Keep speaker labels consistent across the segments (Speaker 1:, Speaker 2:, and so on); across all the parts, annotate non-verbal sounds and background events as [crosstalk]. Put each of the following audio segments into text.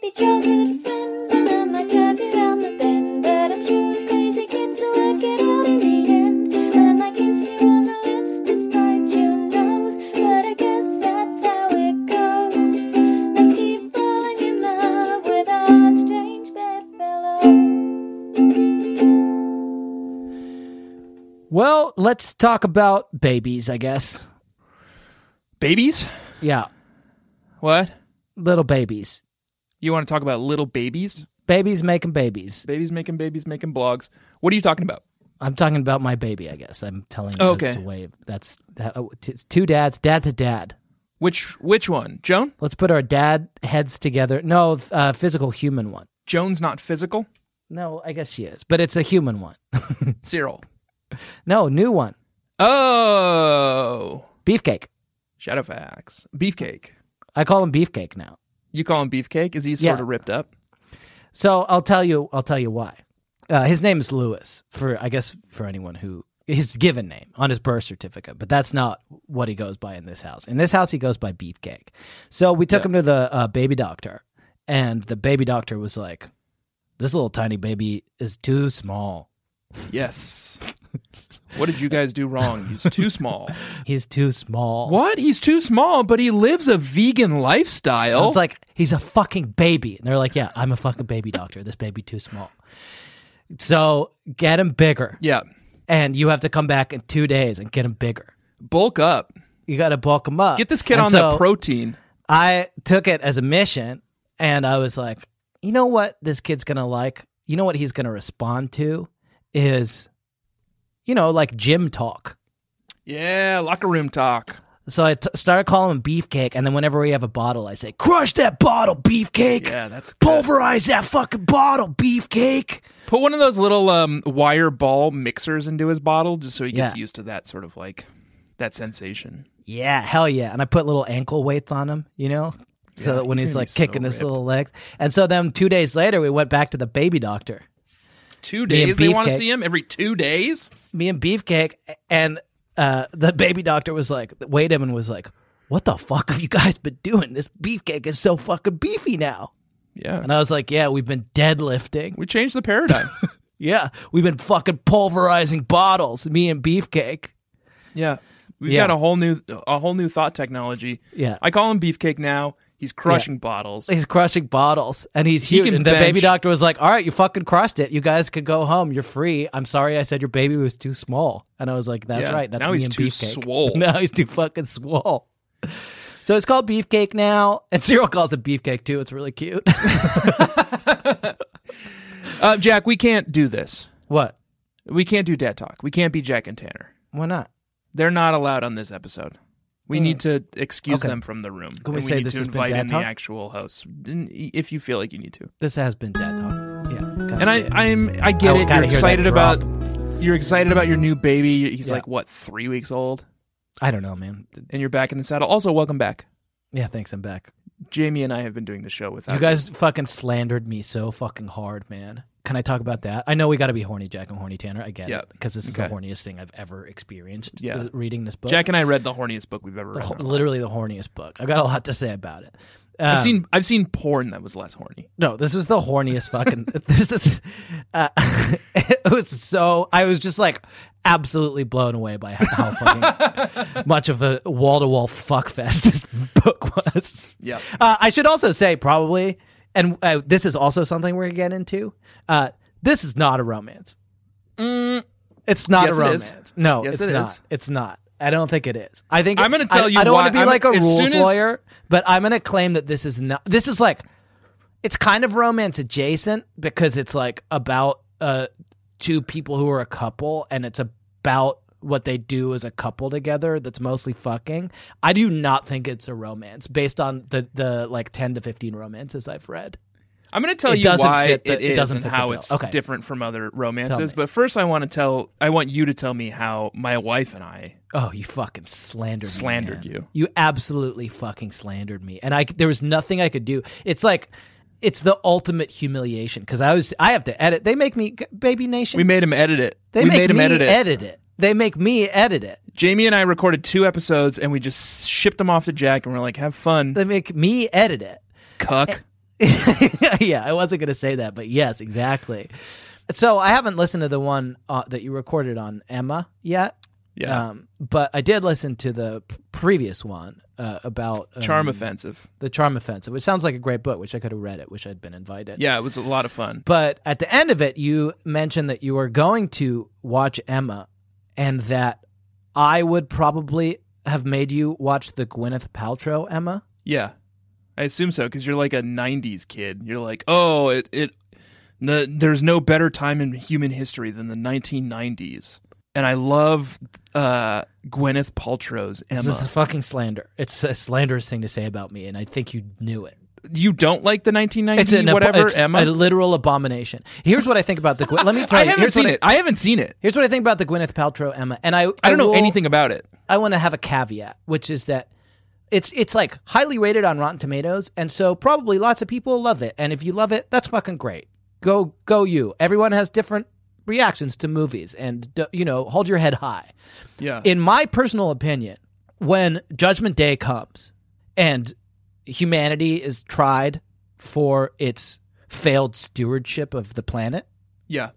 Speaker 1: be childhood friends, and I might drive you round the bend. But I'm sure as crazy kids will work it out in the end. I might kiss you on the lips despite your nose, but I guess that's how it goes. Let's keep falling in love with our strange bedfellows.
Speaker 2: Well, let's talk about babies, I guess.
Speaker 3: Babies?
Speaker 2: Yeah,
Speaker 3: What?
Speaker 2: little babies.
Speaker 3: You want to talk about little babies?
Speaker 2: Babies making babies.
Speaker 3: Babies making babies making blogs. What are you talking about?
Speaker 2: I'm talking about my baby, I guess. I'm telling you
Speaker 3: Okay.
Speaker 2: that's a way. That's that, oh, t- it's two dads, dad to dad.
Speaker 3: Which which one? Joan?
Speaker 2: Let's put our dad heads together. No, uh, physical human one.
Speaker 3: Joan's not physical.
Speaker 2: No, I guess she is, but it's a human one.
Speaker 3: Cyril.
Speaker 2: no, new one.
Speaker 3: Oh.
Speaker 2: Beefcake.
Speaker 3: Shadowfax. Beefcake.
Speaker 2: I call him Beefcake now.
Speaker 3: You call him Beefcake? Is he sort
Speaker 2: Yeah.
Speaker 3: of ripped up?
Speaker 2: So I'll tell you. I'll tell you why. Uh, his name is Lewis. For I guess for anyone who his given name on his birth certificate, but that's not what he goes by in this house. In this house, he goes by Beefcake. So we took him to the uh, baby doctor, and the baby doctor was like, "This little tiny baby is too small.
Speaker 3: Yes. what did you guys do wrong? He's too small.
Speaker 2: He's too small."
Speaker 3: What? He's too small, but he lives a vegan
Speaker 2: And
Speaker 3: lifestyle.
Speaker 2: It's like he's a fucking baby, and they're like, "Yeah, I'm a fucking baby doctor. This baby too small." So get him bigger,
Speaker 3: yeah.
Speaker 2: and you have to come back in two days and get him bigger.
Speaker 3: Bulk up.
Speaker 2: you got to bulk them up.
Speaker 3: Get this kid
Speaker 2: And
Speaker 3: on
Speaker 2: so
Speaker 3: the protein.
Speaker 2: I took it as a mission, and I was like, you know what this kid's gonna like? You know what he's gonna respond to is, you know, like gym talk.
Speaker 3: Yeah, locker room talk.
Speaker 2: So I t- started calling him Beefcake, and then whenever we have a bottle, I say, "Crush that bottle, Beefcake!
Speaker 3: Yeah, that's good.
Speaker 2: pulverize that fucking bottle, Beefcake!"
Speaker 3: Put one of those little um, wire ball mixers into his bottle just so he gets
Speaker 2: Yeah.
Speaker 3: used to that sort of like that sensation.
Speaker 2: Yeah, hell yeah. And I put little ankle weights on him, you know? So
Speaker 3: Yeah,
Speaker 2: that when
Speaker 3: he's
Speaker 2: he's
Speaker 3: gonna
Speaker 2: like
Speaker 3: be so
Speaker 2: kicking his
Speaker 3: ripped.
Speaker 2: little legs. And so then two days later, we went back to the baby doctor.
Speaker 3: Two
Speaker 2: Me and
Speaker 3: days they want to
Speaker 2: Beefcake.
Speaker 3: see him every two days.
Speaker 2: me and Beefcake and uh, the baby doctor was like, weighed him and was like, "What the fuck have you guys been doing? This beefcake is so fucking beefy now."
Speaker 3: Yeah,
Speaker 2: And I was like, "Yeah, we've been deadlifting.
Speaker 3: we changed the paradigm.
Speaker 2: Yeah, we've been fucking pulverizing bottles. Me and Beefcake.
Speaker 3: yeah, [laughs] we've
Speaker 2: [laughs] Yeah.
Speaker 3: got a whole new a whole new thought technology.
Speaker 2: Yeah.
Speaker 3: I call him Beefcake now. He's
Speaker 2: [laughs]
Speaker 3: crushing bottles.
Speaker 2: He's crushing bottles, and he's huge."
Speaker 3: can
Speaker 2: and the baby
Speaker 3: bench-
Speaker 2: doctor was like, "All right, you fucking crushed it. You guys could go home. You're free. I'm sorry, I said your baby was too small." And I was like, "That's
Speaker 3: Yeah,
Speaker 2: right. That's
Speaker 3: now
Speaker 2: me
Speaker 3: he's
Speaker 2: and
Speaker 3: too
Speaker 2: Beefcake. [laughs]
Speaker 3: swole.
Speaker 2: Now he's too fucking swole." So it's called Beefcake now, and [laughs] Cyril calls it Beefcake too. It's really cute. [laughs]
Speaker 3: Uh, Jack, we can't do this.
Speaker 2: what?
Speaker 3: We can't do dad talk. We can't be Jack and Tanner.
Speaker 2: Why not?
Speaker 3: They're not allowed on this episode. We need to excuse
Speaker 2: Hmm. Okay.
Speaker 3: them from the room.
Speaker 2: we
Speaker 3: and
Speaker 2: say
Speaker 3: need
Speaker 2: this
Speaker 3: to
Speaker 2: has been
Speaker 3: invite
Speaker 2: Dad
Speaker 3: in
Speaker 2: Talk?
Speaker 3: the actual hosts if you feel like you need to.
Speaker 2: This has been Dad Talk. Yeah. kinda.
Speaker 3: And I, I'm, I get
Speaker 2: I kinda
Speaker 3: it. You're
Speaker 2: hear that
Speaker 3: excited
Speaker 2: drop.
Speaker 3: about, you're excited about your new baby. He's
Speaker 2: Yeah.
Speaker 3: like what, three weeks old,
Speaker 2: I don't know, man.
Speaker 3: and you're back in the saddle. Also, welcome back.
Speaker 2: Yeah, thanks. I'm back.
Speaker 3: Jamie and I have been doing the show without
Speaker 2: You guys fucking slandered me so fucking hard, man. Can I talk about that? I know we got to be horny, Jack and horny Tanner. I get
Speaker 3: Yeah.
Speaker 2: it because this is
Speaker 3: Okay.
Speaker 2: the horniest thing I've ever experienced.
Speaker 3: Yeah.
Speaker 2: uh, reading this book,
Speaker 3: Jack and I read the horniest book we've ever read.
Speaker 2: The
Speaker 3: in
Speaker 2: ho-
Speaker 3: our lives.
Speaker 2: literally the horniest book. I've got a lot to say about it. Um,
Speaker 3: I've seen, I've seen porn that was less horny.
Speaker 2: No, this was the horniest fucking. [laughs] this is. Uh, [laughs] it was so. I was just like absolutely blown away by how fucking
Speaker 3: [laughs]
Speaker 2: much of a wall to wall fuckfest this book was.
Speaker 3: Yeah.
Speaker 2: Uh, I should also say, probably, and uh, this is also something we're going to get into. Uh, this is not a romance. It's not
Speaker 3: Mm. Yes,
Speaker 2: a
Speaker 3: it is.
Speaker 2: romance. No,
Speaker 3: Yes,
Speaker 2: it's
Speaker 3: it
Speaker 2: not.
Speaker 3: is.
Speaker 2: It's not. I don't think it is. I think
Speaker 3: I'm gonna tell
Speaker 2: I-
Speaker 3: you
Speaker 2: I don't
Speaker 3: why-
Speaker 2: want to be
Speaker 3: I'm-
Speaker 2: like a
Speaker 3: as soon
Speaker 2: rules
Speaker 3: as-
Speaker 2: lawyer, but I'm going to claim that this is not. This is like it's kind of romance adjacent because it's like about uh two people who are a couple and it's about what they do as a couple together that's mostly fucking i do not think it's a romance based on the the like 10 to 15 romances i've read
Speaker 3: I'm going to tell
Speaker 2: It
Speaker 3: you
Speaker 2: doesn't
Speaker 3: why
Speaker 2: fit the-
Speaker 3: it
Speaker 2: it
Speaker 3: is
Speaker 2: doesn't
Speaker 3: and
Speaker 2: fit the
Speaker 3: how
Speaker 2: bill.
Speaker 3: it's
Speaker 2: Okay.
Speaker 3: different from other
Speaker 2: Tell me.
Speaker 3: romances. But first, I want to tell, I want you to tell me how my wife and I.
Speaker 2: oh you fucking slandered me,
Speaker 3: Slandered
Speaker 2: man.
Speaker 3: you.
Speaker 2: you absolutely fucking slandered me and i c- there was nothing i could do it's like it's the ultimate humiliation because i was i have to edit they make me baby nation
Speaker 3: We made him edit it.
Speaker 2: they
Speaker 3: we
Speaker 2: make
Speaker 3: made him
Speaker 2: me
Speaker 3: edit it.
Speaker 2: it they make me edit it
Speaker 3: Jamie and I recorded two episodes, and we just shipped them off to Jack, and we're like, "Have fun,
Speaker 2: they make me edit it [laughs]
Speaker 3: cuck."
Speaker 2: yeah, I wasn't going to say that, but yes, exactly. So I haven't listened to the one uh, that you recorded on Emma yet.
Speaker 3: Yeah.
Speaker 2: Um, but I did listen to the p- previous one uh, about um,
Speaker 3: Charm offensive.
Speaker 2: the Charm Offensive, which sounds like a great book, which I could have read it, which I'd been invited.
Speaker 3: Yeah, it was a lot of fun.
Speaker 2: But at the end of it, you mentioned that you were going to watch Emma and that I would probably have made you watch the Gwyneth Paltrow Emma.
Speaker 3: Yeah, I assume so because you're like a '90s kid. You're like, oh, it it. The, there's no better time in human history than the 1990s, and I love uh, Gwyneth Paltrow's Emma.
Speaker 2: This is fucking slander. It's a slanderous thing to say about me, and I think you knew it.
Speaker 3: you don't like the 1990s,
Speaker 2: It's an ab-
Speaker 3: whatever
Speaker 2: it's
Speaker 3: Emma.
Speaker 2: a literal abomination. Here's what I think about the. Gwy- Let me tell
Speaker 3: [laughs] I
Speaker 2: you.
Speaker 3: haven't
Speaker 2: here's
Speaker 3: seen
Speaker 2: what,
Speaker 3: it. I haven't seen it.
Speaker 2: Here's what I think about the Gwyneth Paltrow Emma, and I. I,
Speaker 3: I don't know
Speaker 2: will-
Speaker 3: anything about it.
Speaker 2: I want to have a caveat, which is that it's it's like highly rated on Rotten Tomatoes, and so probably lots of people love it. And if you love it, that's fucking great. Go go you. Everyone has different reactions to movies, and d- you know, hold your head high.
Speaker 3: Yeah,
Speaker 2: In my personal opinion, when Judgment Day comes and humanity is tried for its failed stewardship of the planet,
Speaker 3: yeah.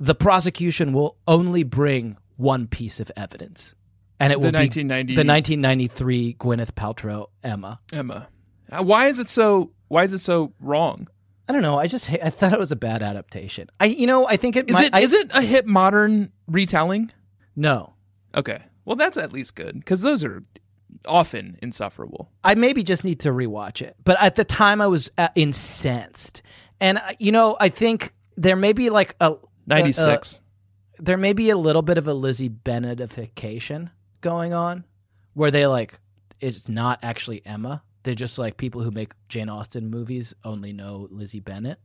Speaker 2: the prosecution will only bring one piece of evidence, and it
Speaker 3: The
Speaker 2: will be
Speaker 3: 1990
Speaker 2: the 1993 Gwyneth Paltrow Emma.
Speaker 3: Emma. Uh, Why is it so? Why is it so wrong?
Speaker 2: I don't know. I just ha- I thought it was a bad adaptation. I you know I think it
Speaker 3: Is
Speaker 2: might,
Speaker 3: it? Is
Speaker 2: I-
Speaker 3: it a hip modern retelling?
Speaker 2: no.
Speaker 3: Okay, well that's at least good because those are often insufferable.
Speaker 2: I maybe just need to rewatch it. But at the time, I was uh, incensed, and uh, you know I think there may be like a a-
Speaker 3: Ninety
Speaker 2: a-
Speaker 3: six.
Speaker 2: there may be a little bit of a Lizzie Bennetification going on, where they like it's not actually Emma. They're just like people who make Jane Austen movies only know Lizzie Bennett,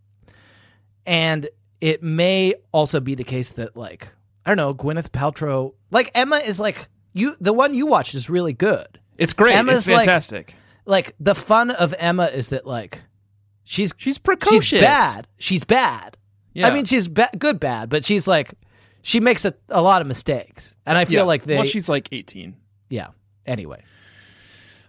Speaker 2: and it may also be the case that like I don't know Gwyneth Paltrow, like Emma is like you the one you watched is really good.
Speaker 3: It's great.
Speaker 2: Emma's
Speaker 3: it's
Speaker 2: like-
Speaker 3: fantastic.
Speaker 2: Like the fun of Emma is that like she's
Speaker 3: she's precocious.
Speaker 2: she's bad. She's bad.
Speaker 3: Yeah.
Speaker 2: I mean, she's ba- good bad, but she's like she makes a, a lot of mistakes, and I feel
Speaker 3: Yeah.
Speaker 2: like they.
Speaker 3: Well, she's like 18.
Speaker 2: yeah. Anyway,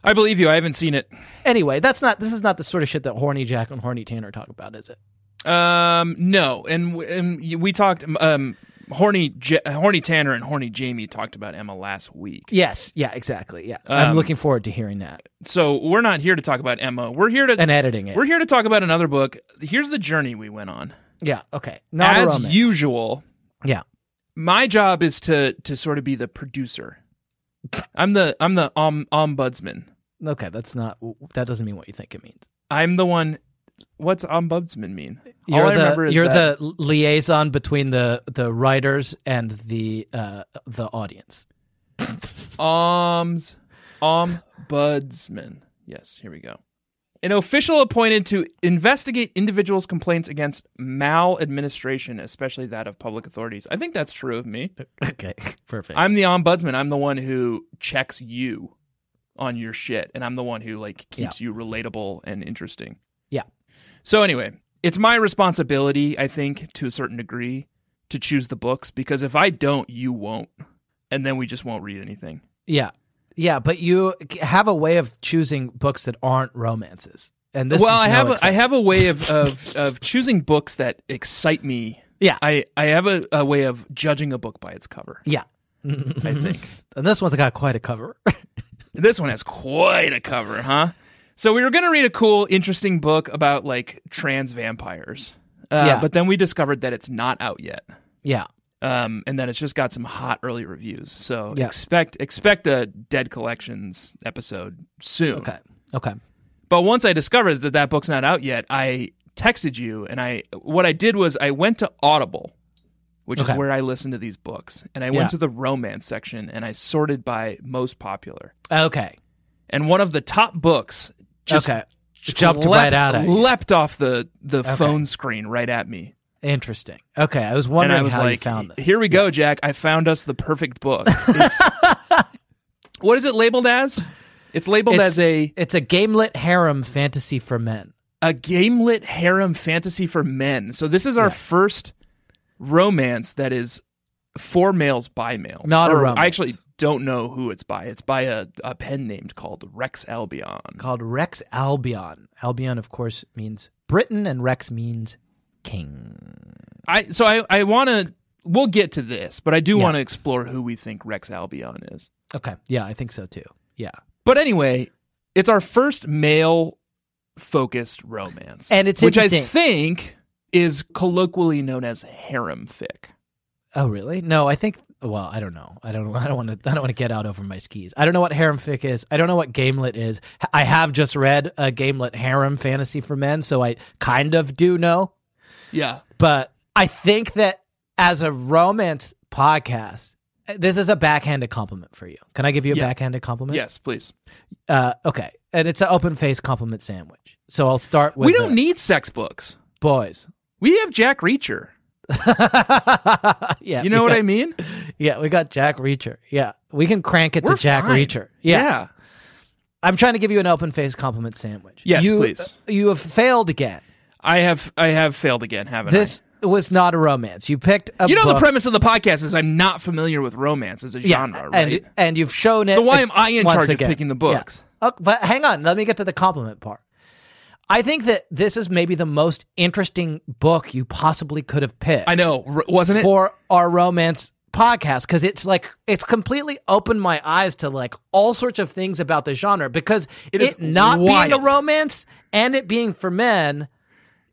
Speaker 3: I believe you. I haven't seen it.
Speaker 2: anyway, that's not. This is not the sort of shit that horny Jack and horny Tanner talk about, is it?
Speaker 3: Um, no. And w- and y- we talked. Um, horny, J- horny Tanner and horny Jamie talked about Emma last week.
Speaker 2: Yes. Yeah. Exactly. Yeah.
Speaker 3: Um,
Speaker 2: I'm looking forward to hearing that
Speaker 3: So we're not here to talk about Emma. We're here to
Speaker 2: and editing it.
Speaker 3: we're here to talk about another book. Here's the journey we went on.
Speaker 2: Yeah. Okay. Not a
Speaker 3: As
Speaker 2: romance.
Speaker 3: usual,
Speaker 2: Yeah.
Speaker 3: my job is to to sort of be the producer. I'm the I'm the om, ombudsman.
Speaker 2: Okay. That's not. That doesn't mean what you think it means.
Speaker 3: I'm the one. What's ombudsman mean?
Speaker 2: You're
Speaker 3: All I
Speaker 2: the
Speaker 3: remember is
Speaker 2: you're
Speaker 3: that-
Speaker 2: the liaison between the the writers and the uh the
Speaker 3: [laughs]
Speaker 2: audience.
Speaker 3: Om's ombudsman. Yes, here we go. An official appointed to investigate individuals' complaints against maladministration, especially that of public authorities. I think that's true of me.
Speaker 2: Okay. Perfect.
Speaker 3: I'm the ombudsman. I'm the one who checks you on your shit, and I'm the one who like keeps you relatable and interesting.
Speaker 2: Yeah.
Speaker 3: So anyway, it's my responsibility, I think, to a certain degree, to choose the books because if I don't, you won't, and then we just won't read anything.
Speaker 2: Yeah. Yeah, but you g- have a way of choosing books that aren't romances. And this
Speaker 3: well,
Speaker 2: is
Speaker 3: I
Speaker 2: no
Speaker 3: have a, I
Speaker 2: exception.
Speaker 3: have a way of, of of choosing books that excite me.
Speaker 2: Yeah.
Speaker 3: I I have a, a way of judging a book by its cover.
Speaker 2: Yeah.
Speaker 3: I
Speaker 2: Mm-hmm.
Speaker 3: think
Speaker 2: And this one's got quite a cover. [laughs]
Speaker 3: this one has quite a cover, huh? So we were going to read a cool, interesting book about like trans vampires, uh,
Speaker 2: Yeah.
Speaker 3: but then we discovered that it's not out yet,
Speaker 2: yeah.
Speaker 3: um, and that it's just got some hot early reviews. So
Speaker 2: Yeah.
Speaker 3: expect expect a Dead Collections episode soon.
Speaker 2: Okay. Okay.
Speaker 3: But once I discovered that that book's not out yet, I texted you and I what I did was I went to Audible, which
Speaker 2: Okay.
Speaker 3: is where I listen to these books, and I
Speaker 2: Yeah.
Speaker 3: went to the romance section and I sorted by most popular.
Speaker 2: Okay.
Speaker 3: And one of the top books just
Speaker 2: okay.
Speaker 3: just
Speaker 2: Jumped right
Speaker 3: leapt,
Speaker 2: out at you.
Speaker 3: leapt off the the phone screen right at me.
Speaker 2: Interesting. Okay. I was
Speaker 3: And
Speaker 2: wondering
Speaker 3: I was
Speaker 2: how
Speaker 3: like,
Speaker 2: you found this.
Speaker 3: "Here we go, Jack. I found us the perfect
Speaker 2: [laughs]
Speaker 3: book." It's, what is it labeled as? It's labeled
Speaker 2: It's-
Speaker 3: as a
Speaker 2: It's a gamelit harem fantasy for men.
Speaker 3: a gamelit harem fantasy for men. So this is our first romance that is for males by males.
Speaker 2: Not a
Speaker 3: Or
Speaker 2: romance.
Speaker 3: Actually, don't know who it's by. It's by a, a pen named called Rex Albion.
Speaker 2: called Rex Albion. Albion, of course, means Britain, and Rex means king.
Speaker 3: I so I I want to. We'll get to this, but I do
Speaker 2: Yeah.
Speaker 3: want to explore who we think Rex Albion is.
Speaker 2: Okay. Yeah, I think so too. Yeah.
Speaker 3: But anyway, it's our first male focused romance,
Speaker 2: And it's
Speaker 3: which I
Speaker 2: interesting-
Speaker 3: think is colloquially known as harem fic.
Speaker 2: Oh, really? No, I think. Well, I don't know. I don't. [laughs] I don't want to. I don't want to get out over my skis. I don't know what harem fic is. I don't know what gamelet is. H- I have just read a gamelet harem fantasy for men, so I kind of do know.
Speaker 3: Yeah,
Speaker 2: But I think that as a romance podcast, eh, this is a backhanded compliment for you. Can I give you a
Speaker 3: Yeah.
Speaker 2: backhanded compliment?
Speaker 3: yes, please.
Speaker 2: Uh, okay, and it's an open face compliment sandwich. So I'll start with
Speaker 3: we don't
Speaker 2: the
Speaker 3: need sex books.
Speaker 2: boys. [laughs]
Speaker 3: We have Jack Reacher.
Speaker 2: yeah,
Speaker 3: You know
Speaker 2: we
Speaker 3: what
Speaker 2: got-
Speaker 3: I mean?
Speaker 2: Yeah, we got Jack Reacher. Yeah, we can crank it
Speaker 3: We're
Speaker 2: to Jack
Speaker 3: fine.
Speaker 2: Reacher. yeah. I'm trying to give you an open faced compliment sandwich.
Speaker 3: Yes,
Speaker 2: you, uh,
Speaker 3: please.
Speaker 2: You have failed again.
Speaker 3: I have I have failed again, haven't
Speaker 2: This was not a romance. You picked a
Speaker 3: I? You know the
Speaker 2: book-
Speaker 3: premise of the podcast is I'm not familiar with romance as a
Speaker 2: yeah,
Speaker 3: genre,
Speaker 2: and
Speaker 3: right?
Speaker 2: and you've shown it.
Speaker 3: So why am I in
Speaker 2: once
Speaker 3: charge of
Speaker 2: again.
Speaker 3: picking the books?
Speaker 2: Yeah. Oh, but hang on, let me get to the compliment part. I think that this is maybe the most interesting book you possibly could have picked.
Speaker 3: I know, r- wasn't it?
Speaker 2: for our romance podcast because it's like it's completely opened my eyes to like all sorts of things about the genre because it,
Speaker 3: is
Speaker 2: not being
Speaker 3: wild.
Speaker 2: a romance and it being for men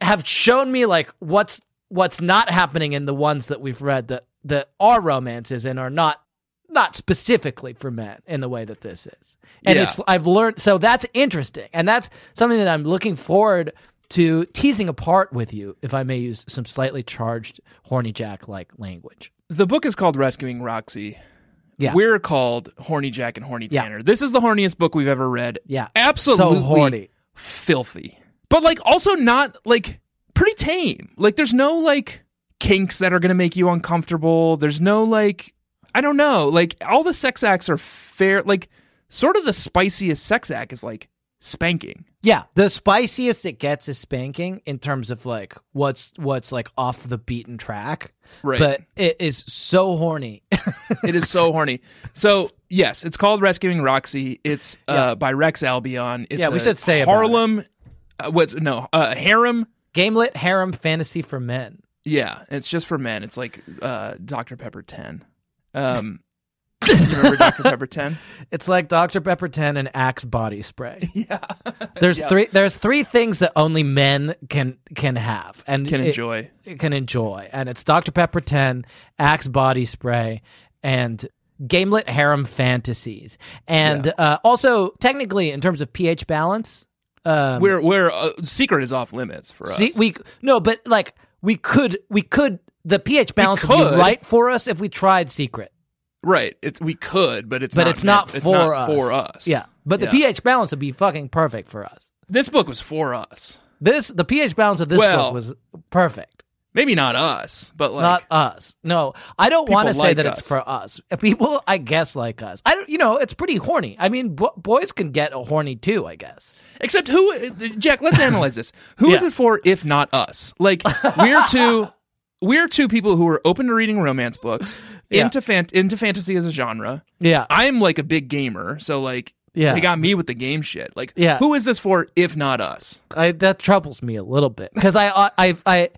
Speaker 2: have shown me like what's what's not happening in the ones that we've read that that are romances and are not not specifically for men in the way that this is and
Speaker 3: Yeah.
Speaker 2: it's i've learned so that's interesting and that's something that i'm looking forward to teasing apart with you if i may use some slightly charged horny jack like language
Speaker 3: the book is called Rescuing Roxy.
Speaker 2: Yeah.
Speaker 3: We're called Horny Jack and Horny
Speaker 2: Yeah.
Speaker 3: Tanner. This is the horniest book we've ever read.
Speaker 2: yeah
Speaker 3: Absolutely
Speaker 2: so horny
Speaker 3: filthy. But like also not like pretty tame. Like there's no like kinks that are going to make you uncomfortable. There's no like I don't know. Like all the sex acts are fair like sort of the spiciest sex act is like spanking.
Speaker 2: yeah the spiciest it gets is spanking in terms of like what's what's like off the beaten track
Speaker 3: Right.
Speaker 2: but it is so horny [laughs]
Speaker 3: it is so horny. So, yes, it's called Rescuing Roxy. It's uh by Rex Albion. It's
Speaker 2: Yeah, we
Speaker 3: a
Speaker 2: should say about
Speaker 3: Harlem uh, what's no, uh harem
Speaker 2: gamelit harem fantasy for men
Speaker 3: Yeah, it's just for men. It's like uh, Dr. Pepper 10. Um, [laughs] you remember Dr. Pepper 10?
Speaker 2: It's like Dr. Pepper 10 and Axe body spray.
Speaker 3: [laughs] Yeah.
Speaker 2: [laughs] There's three there's three things that only men can can have and
Speaker 3: Can
Speaker 2: it-
Speaker 3: enjoy.
Speaker 2: it can enjoy. And it's Dr. Pepper 10, Axe body spray and Gamelet harem fantasies. And uh, also technically in terms of pH balance, um,
Speaker 3: We're, we're, uh, secret is off limits for us.
Speaker 2: see, we no, but like we could we could the pH balance would
Speaker 3: could.
Speaker 2: be right for us if we tried secret.
Speaker 3: right. It's, we could, but it's
Speaker 2: But
Speaker 3: not
Speaker 2: it's not,
Speaker 3: meant-
Speaker 2: for, us.
Speaker 3: it's not for us.
Speaker 2: Yeah. But the
Speaker 3: Yeah.
Speaker 2: pH balance would be fucking perfect for us.
Speaker 3: This book was for us.
Speaker 2: This the pH balance of this
Speaker 3: Well-
Speaker 2: book was perfect.
Speaker 3: Maybe not us, but like,
Speaker 2: not us. No, I don't want to
Speaker 3: People
Speaker 2: say
Speaker 3: like
Speaker 2: that
Speaker 3: us.
Speaker 2: it's for us. [laughs] People, I guess, like us. I don't. You know, it's pretty horny. I mean, bo- boys can get a horny too. I guess.
Speaker 3: except who, uh, Jack, let's analyze this. Who is
Speaker 2: Yeah.
Speaker 3: it for if not us? Like, we're two. We're two people who are open to reading romance books,
Speaker 2: [laughs] Yeah.
Speaker 3: into fan- into fantasy as a genre,
Speaker 2: Yeah.
Speaker 3: I'm like a big gamer, so like
Speaker 2: Yeah.
Speaker 3: they got me with the game shit. Like
Speaker 2: Yeah.
Speaker 3: who is this for if not us?
Speaker 2: I, that troubles me a little bit because I, I, I,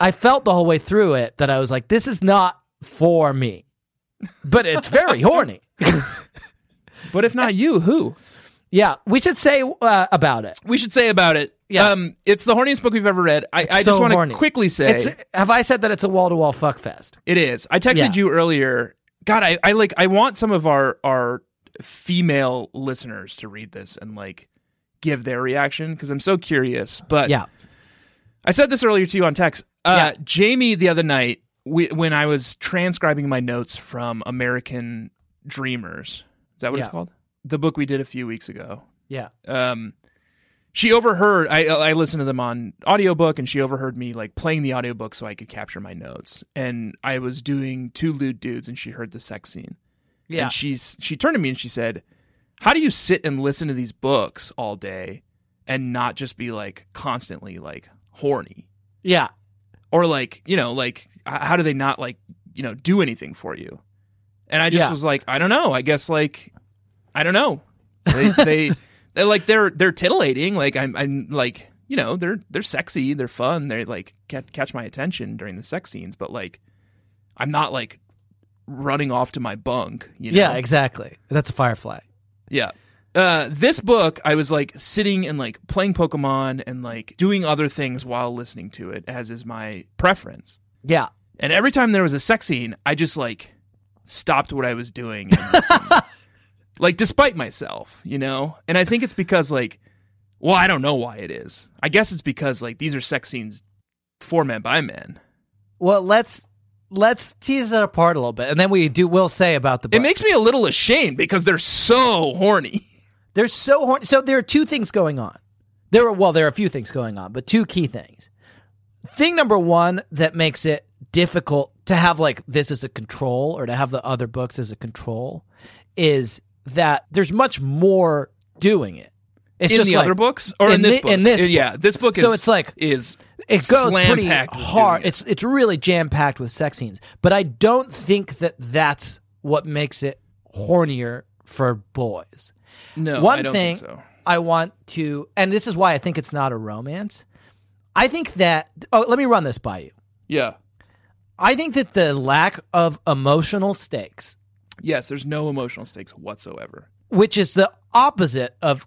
Speaker 2: I felt the whole way through it that I was like, this is not for me, but it's very [laughs] horny.
Speaker 3: But if
Speaker 2: Eh.
Speaker 3: not you, who?
Speaker 2: Yeah, we should say uh, about it.
Speaker 3: We should say about it.
Speaker 2: Yeah.
Speaker 3: Um it's the horniest book we've ever read. I, I just
Speaker 2: so
Speaker 3: want
Speaker 2: horny.
Speaker 3: to quickly say
Speaker 2: It's, have I said that it's a wall to wall fuck fest?
Speaker 3: it is. I texted
Speaker 2: Yeah.
Speaker 3: you earlier. God, I, I like I want some of our our female listeners to read this and like give their reaction because I'm so curious. But
Speaker 2: Yeah.
Speaker 3: I said this earlier to you on text. Uh, Jamie, the other night, we, when I was transcribing my notes from American Dreamers, is that what it's
Speaker 2: Yeah.
Speaker 3: called? The book we did a few weeks ago.
Speaker 2: Yeah.
Speaker 3: Um, she overheard, I, I listened to them on audiobook, and she overheard me like playing the audiobook so I could capture my notes. And I was doing two lewd dudes, and she heard the sex scene.
Speaker 2: Yeah.
Speaker 3: And she's, she turned to me and she said, How do you sit and listen to these books all day and not just be like constantly like horny?
Speaker 2: Yeah.
Speaker 3: or like you know like h- how do they not like you know do anything for you And I just
Speaker 2: Yeah.
Speaker 3: was like, I don't know. I guess like, I don't know. They [laughs] they they're like they're they're titillating. Like I'm I'm like you know they're they're sexy. They're fun. They like ca- catch my attention during the sex scenes. But like, I'm not like running off to my bunk. You know?
Speaker 2: Yeah, exactly. That's a Firefly.
Speaker 3: Yeah. Uh, this book, I was like sitting and like playing Pokemon and like doing other things while listening to it, as is my preference.
Speaker 2: Yeah.
Speaker 3: And every time there was a sex scene, I just like stopped what I was doing, and listened.
Speaker 2: [laughs]
Speaker 3: like despite myself, you know. And I think it's because like, well, I don't know why it is. I guess it's because like these are sex scenes for men by men.
Speaker 2: Well, let's let's tease it apart a little bit, and then we do will say about the. Book.
Speaker 3: It makes me a little ashamed because they're so horny.
Speaker 2: They're so horny. So there are two things going on. There are well, there are a few things going on, but two key things. Thing number one that makes it difficult to have like this as a control or to have the other books as a control is that there's much more doing it. It's
Speaker 3: in
Speaker 2: just
Speaker 3: the
Speaker 2: like,
Speaker 3: other books or
Speaker 2: in
Speaker 3: in, this
Speaker 2: thi-
Speaker 3: book?
Speaker 2: in this
Speaker 3: yeah, this book.
Speaker 2: So
Speaker 3: is,
Speaker 2: it's like-
Speaker 3: is
Speaker 2: it goes
Speaker 3: slam
Speaker 2: pretty
Speaker 3: packed with
Speaker 2: hard.
Speaker 3: doing it.
Speaker 2: It's it's really jam packed with sex scenes, but I don't think that that's what makes it hornier for boys.
Speaker 3: no
Speaker 2: one
Speaker 3: I don't
Speaker 2: thing
Speaker 3: Think so.
Speaker 2: I want to, and this is why I think it's not a romance. I think that. Oh, let me run this by you.
Speaker 3: Yeah.
Speaker 2: I think that the lack of emotional stakes,
Speaker 3: Yes. There's no emotional stakes whatsoever.
Speaker 2: which is the opposite of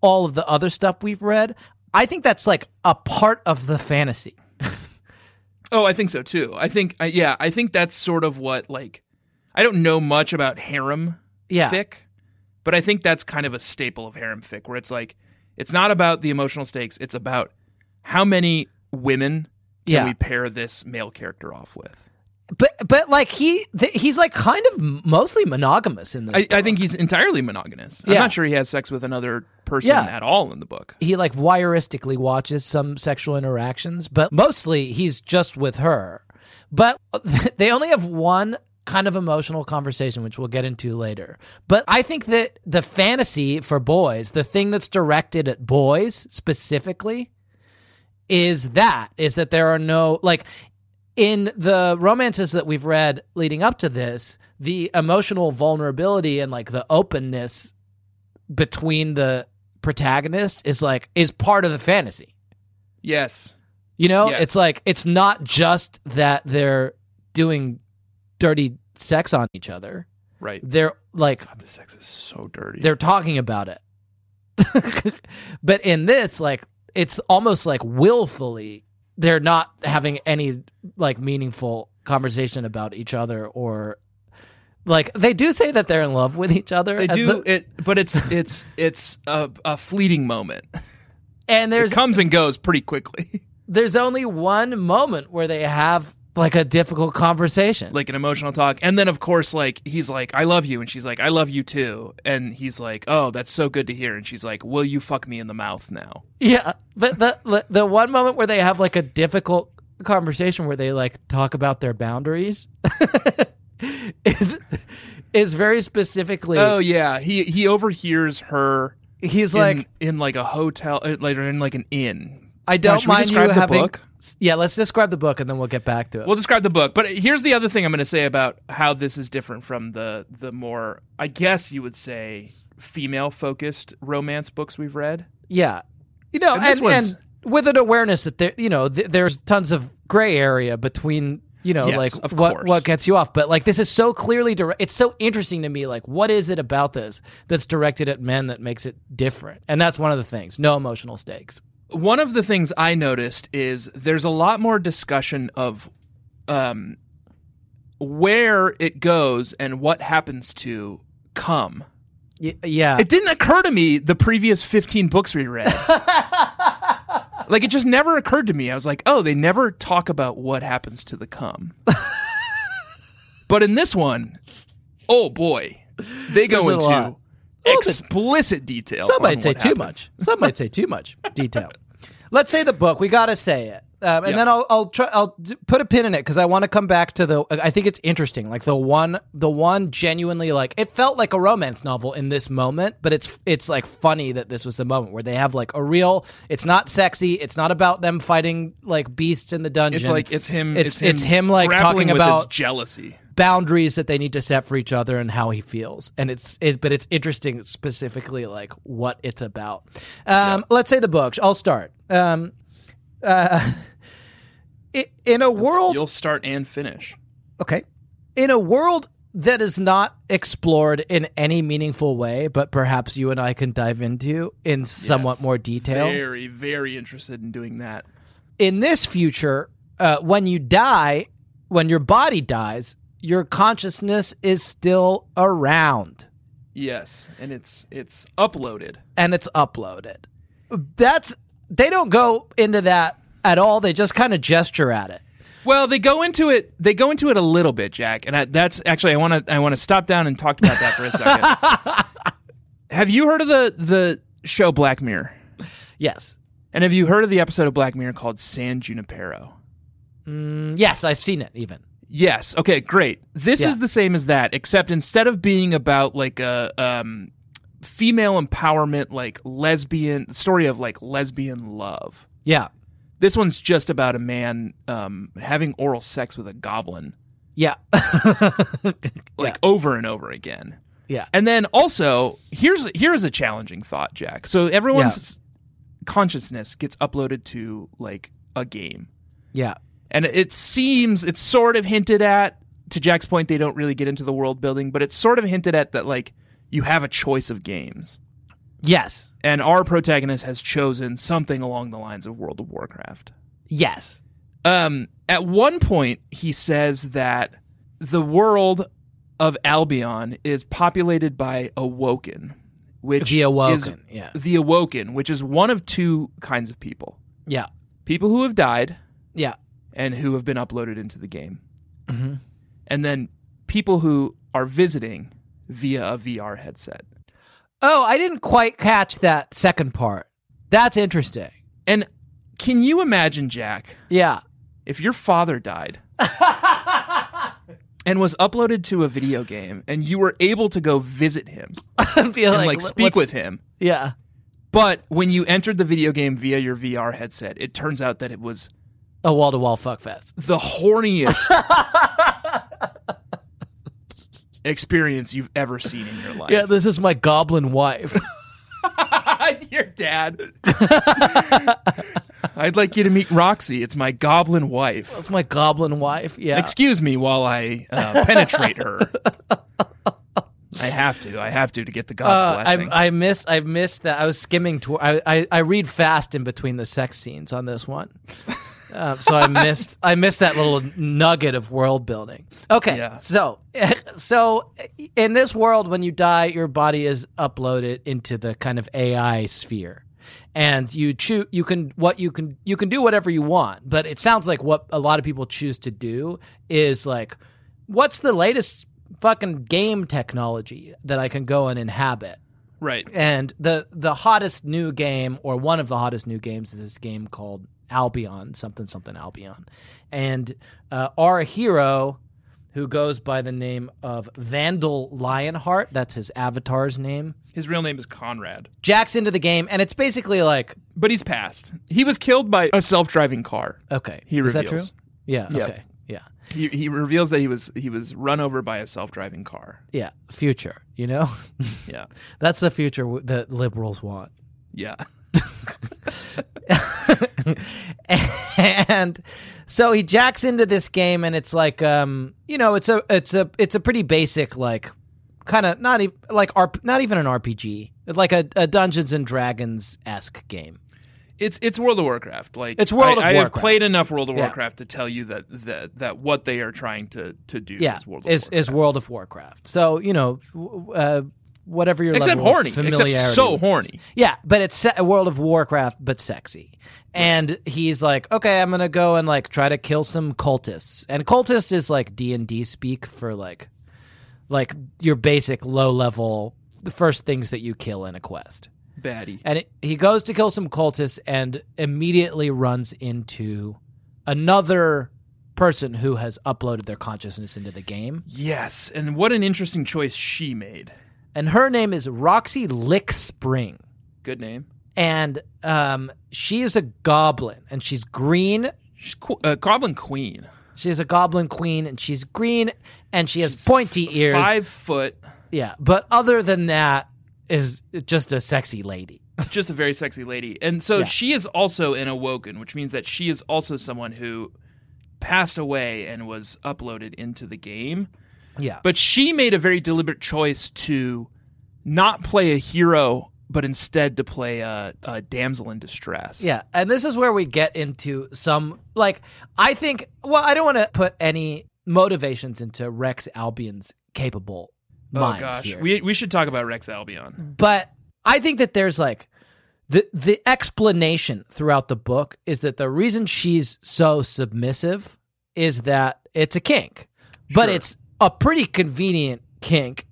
Speaker 2: all of the other stuff we've read, I think that's like a part of the fantasy.
Speaker 3: Oh, I think so too. I think. I, yeah. I think that's sort of what like. I don't know much about harem
Speaker 2: Yeah.
Speaker 3: fic, but I think that's kind of a staple of harem fic, where it's like, it's not about the emotional stakes. It's about how many women can
Speaker 2: Yeah.
Speaker 3: we pair this male character off with.
Speaker 2: But but like he th- he's like kind of mostly monogamous in this.
Speaker 3: I, I
Speaker 2: book.
Speaker 3: think he's entirely monogamous.
Speaker 2: Yeah.
Speaker 3: I'm not sure he has sex with another person
Speaker 2: Yeah.
Speaker 3: at all in the book.
Speaker 2: he like voyeuristically watches some sexual interactions, but mostly he's just with her. But [laughs] they only have one kind of emotional conversation, which we'll get into later. But I think that the fantasy for boys, the thing that's directed at boys specifically, is that is that there are no like in the romances that we've read leading up to this, the emotional vulnerability and like the openness between the protagonist is like is part of the fantasy.
Speaker 3: Yes.
Speaker 2: You know,
Speaker 3: Yes.
Speaker 2: it's like it's not just that they're doing dirty sex on each other.
Speaker 3: Right.
Speaker 2: They're like
Speaker 3: God, the sex is so dirty.
Speaker 2: they're talking about it. [laughs] but in this like it's almost like willfully they're not having any like meaningful conversation about each other or like they do say that they're in love with each other
Speaker 3: They
Speaker 2: as
Speaker 3: do
Speaker 2: the-
Speaker 3: it, but it's it's it's a, a fleeting moment.
Speaker 2: and there's
Speaker 3: it comes and goes pretty quickly, [laughs]
Speaker 2: there's only one moment where they have like a difficult conversation.
Speaker 3: like an emotional talk. And then, of course, like he's like, "I love you," and she's like, "I love you too." And he's like, "Oh, that's so good to hear." And she's like, "Will you fuck me in the mouth now?"
Speaker 2: yeah, but the, the the one moment where they have like a difficult conversation where they like talk about their boundaries [laughs] is is very specifically
Speaker 3: Oh yeah, he he overhears her
Speaker 2: he's
Speaker 3: in,
Speaker 2: like
Speaker 3: in like a hotel, uh, later in like an inn.
Speaker 2: I
Speaker 3: Now,
Speaker 2: don't
Speaker 3: should we
Speaker 2: mind you
Speaker 3: describe the
Speaker 2: having
Speaker 3: book?
Speaker 2: Yeah, let's describe the book and then we'll get back to it.
Speaker 3: We'll describe the book, but here's the other thing I'm going to say about how this is different from the the more, I guess you would say, female focused romance books we've read.
Speaker 2: yeah. You know,
Speaker 3: And this
Speaker 2: and,
Speaker 3: one's-
Speaker 2: and with an awareness that there you know, th- there's tons of gray area between you know,
Speaker 3: Yes,
Speaker 2: like
Speaker 3: of
Speaker 2: what
Speaker 3: course.
Speaker 2: what gets you off. But like this is so clearly direct. It's so interesting to me. Like, what is it about this that's directed at men that makes it different? And that's one of the things. No emotional stakes.
Speaker 3: one of the things I noticed is there's a lot more discussion of um, where it goes and what happens to come.
Speaker 2: Y- yeah,
Speaker 3: It didn't occur to me the previous 15 books
Speaker 2: [laughs]
Speaker 3: we read. like, it just never occurred to me. I was like, oh, they never talk about what happens to the
Speaker 2: [laughs]
Speaker 3: come. but in this one, oh boy, they go
Speaker 2: There's a lot.
Speaker 3: into
Speaker 2: bit-
Speaker 3: explicit detail.
Speaker 2: Some
Speaker 3: on
Speaker 2: might say
Speaker 3: what
Speaker 2: too
Speaker 3: happens.
Speaker 2: much. Some might say too
Speaker 3: [laughs]
Speaker 2: much detail. Let's say the book. We gotta say it, um, and
Speaker 3: Yeah.
Speaker 2: then I'll I'll try I'll d- put a pin in it because I want to come back to the. I think it's interesting. Like the one the one genuinely like it felt like a romance novel in this moment, but it's it's like funny that this was the moment where they have like a real. It's not sexy. It's not about them fighting like beasts in the dungeon.
Speaker 3: It's like it's him.
Speaker 2: It's-
Speaker 3: him,
Speaker 2: it's him, like,
Speaker 3: grappling
Speaker 2: talking
Speaker 3: with his
Speaker 2: about-
Speaker 3: jealousy.
Speaker 2: boundaries that they need to set for each other and how he feels. And it's it, but it's interesting specifically like what it's about. Um, Let's say the book. I'll start. Um, uh, [laughs] i- in a world
Speaker 3: You'll start and finish.
Speaker 2: Okay. In a world that is not explored in any meaningful way, but perhaps you and I can dive into in somewhat
Speaker 3: Yes.
Speaker 2: more detail.
Speaker 3: Very, very interested in doing that.
Speaker 2: In this future, uh, when you die, when your body dies, your consciousness is still around
Speaker 3: Yes, and it's it's uploaded.
Speaker 2: and it's uploaded. That's they don't go into that at all. They just kind of gesture at it.
Speaker 3: Well, they go into it. They go into it a little bit, Jack. And I, that's actually I want to I want to stop down and talk about that for a second. [laughs] have you heard of the the show Black Mirror?
Speaker 2: Yes.
Speaker 3: And have you heard of the episode of Black Mirror called San Junipero?
Speaker 2: Mm, Yes, I've seen it even.
Speaker 3: Yes. Okay. Great. This
Speaker 2: Yeah.
Speaker 3: is the same as that, except instead of being about like a um, female empowerment, like lesbian story of like lesbian love.
Speaker 2: Yeah.
Speaker 3: This one's just about a man um, having oral sex with a goblin,
Speaker 2: Yeah. [laughs]
Speaker 3: like over and over again.
Speaker 2: yeah.
Speaker 3: And then also, here's here's a challenging thought, Jack. So everyone's consciousness gets uploaded to like a game.
Speaker 2: Yeah.
Speaker 3: And it seems it's sort of hinted at to Jack's point they don't really get into the world building, but it's sort of hinted at that like you have a choice of games.
Speaker 2: Yes.
Speaker 3: And our protagonist has chosen something along the lines of World of Warcraft.
Speaker 2: Yes.
Speaker 3: Um at one point he says that the world of Albion is populated by Awoken, which
Speaker 2: The
Speaker 3: is
Speaker 2: Awoken. yeah.
Speaker 3: the Awoken, which is one of two kinds of people.
Speaker 2: Yeah.
Speaker 3: People who have died
Speaker 2: Yeah.
Speaker 3: and who have been uploaded into the game.
Speaker 2: Mhm.
Speaker 3: and then people who are visiting via a VR headset.
Speaker 2: Oh, I didn't quite catch that second part. That's interesting.
Speaker 3: And can you imagine, Jack,
Speaker 2: Yeah. [laughs]
Speaker 3: if your father died and was uploaded to a video game and you were able to go visit him
Speaker 2: Be
Speaker 3: and like,
Speaker 2: "Let-
Speaker 3: speak
Speaker 2: let's-"
Speaker 3: with him?
Speaker 2: Yeah.
Speaker 3: But when you entered the video game via your VR headset, it turns out that it was
Speaker 2: A wall to wall fuckfest. [laughs]
Speaker 3: the horniest experience you've ever seen in your life.
Speaker 2: Yeah, this is my goblin [laughs] wife.
Speaker 3: Your dad. [laughs] I'd like you to meet Roxy. It's my goblin wife.
Speaker 2: That's my goblin wife. Yeah.
Speaker 3: Excuse me while I uh, penetrate her. I have to. I have to to get the God's
Speaker 2: Uh,
Speaker 3: blessing.
Speaker 2: I, I miss I missed that. I was skimming to I, I, I read fast in between the sex scenes on this one. Um, so I missed I missed that little nugget of world building. Okay,
Speaker 3: Yeah.
Speaker 2: so [laughs] so in this world, when you die, your body is uploaded into the kind of AI sphere, and you choose you can what you can you can do whatever you want. But it sounds like what a lot of people choose to do is like, what's the latest fucking game technology that I can go and inhabit?
Speaker 3: right.
Speaker 2: and the the hottest new game or one of the hottest new games is this game called Albion something something Albion, and uh, our hero who goes by the name of Vandal Lionheart that's his avatar's name
Speaker 3: His real name is Conrad,
Speaker 2: jacks into the game and it's basically like
Speaker 3: but he's passed. He was killed by a self-driving car.
Speaker 2: okay
Speaker 3: He
Speaker 2: is that true
Speaker 3: reveals.
Speaker 2: yeah
Speaker 3: Yeah.
Speaker 2: okay yeah
Speaker 3: He, he reveals that he was he was run over by a self-driving car.
Speaker 2: yeah future you know [laughs]
Speaker 3: Yeah.
Speaker 2: that's the future w- that liberals want
Speaker 3: Yeah.
Speaker 2: and so he jacks into this game and it's like um you know it's a it's a it's a pretty basic like kind of not even like RP, not even an RPG It's like a, a Dungeons and Dragons esque game
Speaker 3: It's it's World of Warcraft. Like
Speaker 2: It's World
Speaker 3: I,
Speaker 2: of
Speaker 3: I
Speaker 2: Warcraft.
Speaker 3: have played enough World of
Speaker 2: Yeah.
Speaker 3: Warcraft to tell you that that, that what they are trying to, to do
Speaker 2: yeah
Speaker 3: is World of
Speaker 2: is
Speaker 3: Warcraft.
Speaker 2: is World of Warcraft so you know w- uh, whatever your
Speaker 3: except
Speaker 2: level of
Speaker 3: horny, except
Speaker 2: familiarity
Speaker 3: so
Speaker 2: with-
Speaker 3: horny.
Speaker 2: Yeah, but it's se- World of Warcraft, but sexy. And he's like, okay, I'm gonna go and like try to kill some cultists. And cultist is like D and D speak for like, like your basic low level, the first things that you kill in a quest.
Speaker 3: Baddie.
Speaker 2: And it, he goes to kill some cultists and immediately runs into another person who has uploaded their consciousness into the game.
Speaker 3: Yes, and what an interesting choice she made.
Speaker 2: And her name is Roxy Lick Spring.
Speaker 3: Good name.
Speaker 2: and um, she is a goblin, and she's green.
Speaker 3: She's qu- uh, Goblin Queen.
Speaker 2: She is a goblin queen, and she's green, and she has pointy ears.
Speaker 3: Five foot,
Speaker 2: Yeah, but other than that, is just a sexy lady.
Speaker 3: just a very sexy lady. And so
Speaker 2: Yeah.
Speaker 3: she is also an awoken, which means that she is also someone who passed away and was uploaded into the game.
Speaker 2: Yeah,
Speaker 3: But she made a very deliberate choice to not play a hero, but instead to play a, a damsel in distress.
Speaker 2: Yeah, and this is where we get into some like I think. Well, I don't want to put any motivations into Rex Albion's capable
Speaker 3: Oh
Speaker 2: mind
Speaker 3: gosh,
Speaker 2: here,
Speaker 3: we we should talk about Rex Albion.
Speaker 2: but I think that there's like the the explanation throughout the book is that the reason she's so submissive is that it's a kink, but
Speaker 3: Sure.
Speaker 2: it's a pretty convenient kink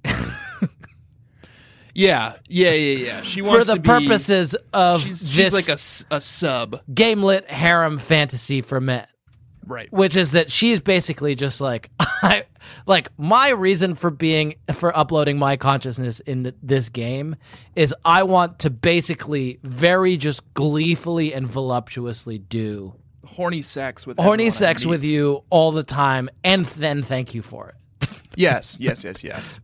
Speaker 3: Yeah, yeah, yeah, yeah. She
Speaker 2: [laughs] for
Speaker 3: wants
Speaker 2: the
Speaker 3: to be-
Speaker 2: purposes of
Speaker 3: She's,
Speaker 2: this
Speaker 3: she's like a, s- a sub,
Speaker 2: gamelit harem fantasy for men.
Speaker 3: right?
Speaker 2: which is that she's basically just like [laughs] I like my reason for being for uploading my consciousness in this game is I want to basically very just gleefully and voluptuously do
Speaker 3: Horny sex with
Speaker 2: horny
Speaker 3: everyone I
Speaker 2: sex
Speaker 3: meet.
Speaker 2: with you all the time and then thank you for it. [laughs]
Speaker 3: Yes, yes, yes, yes.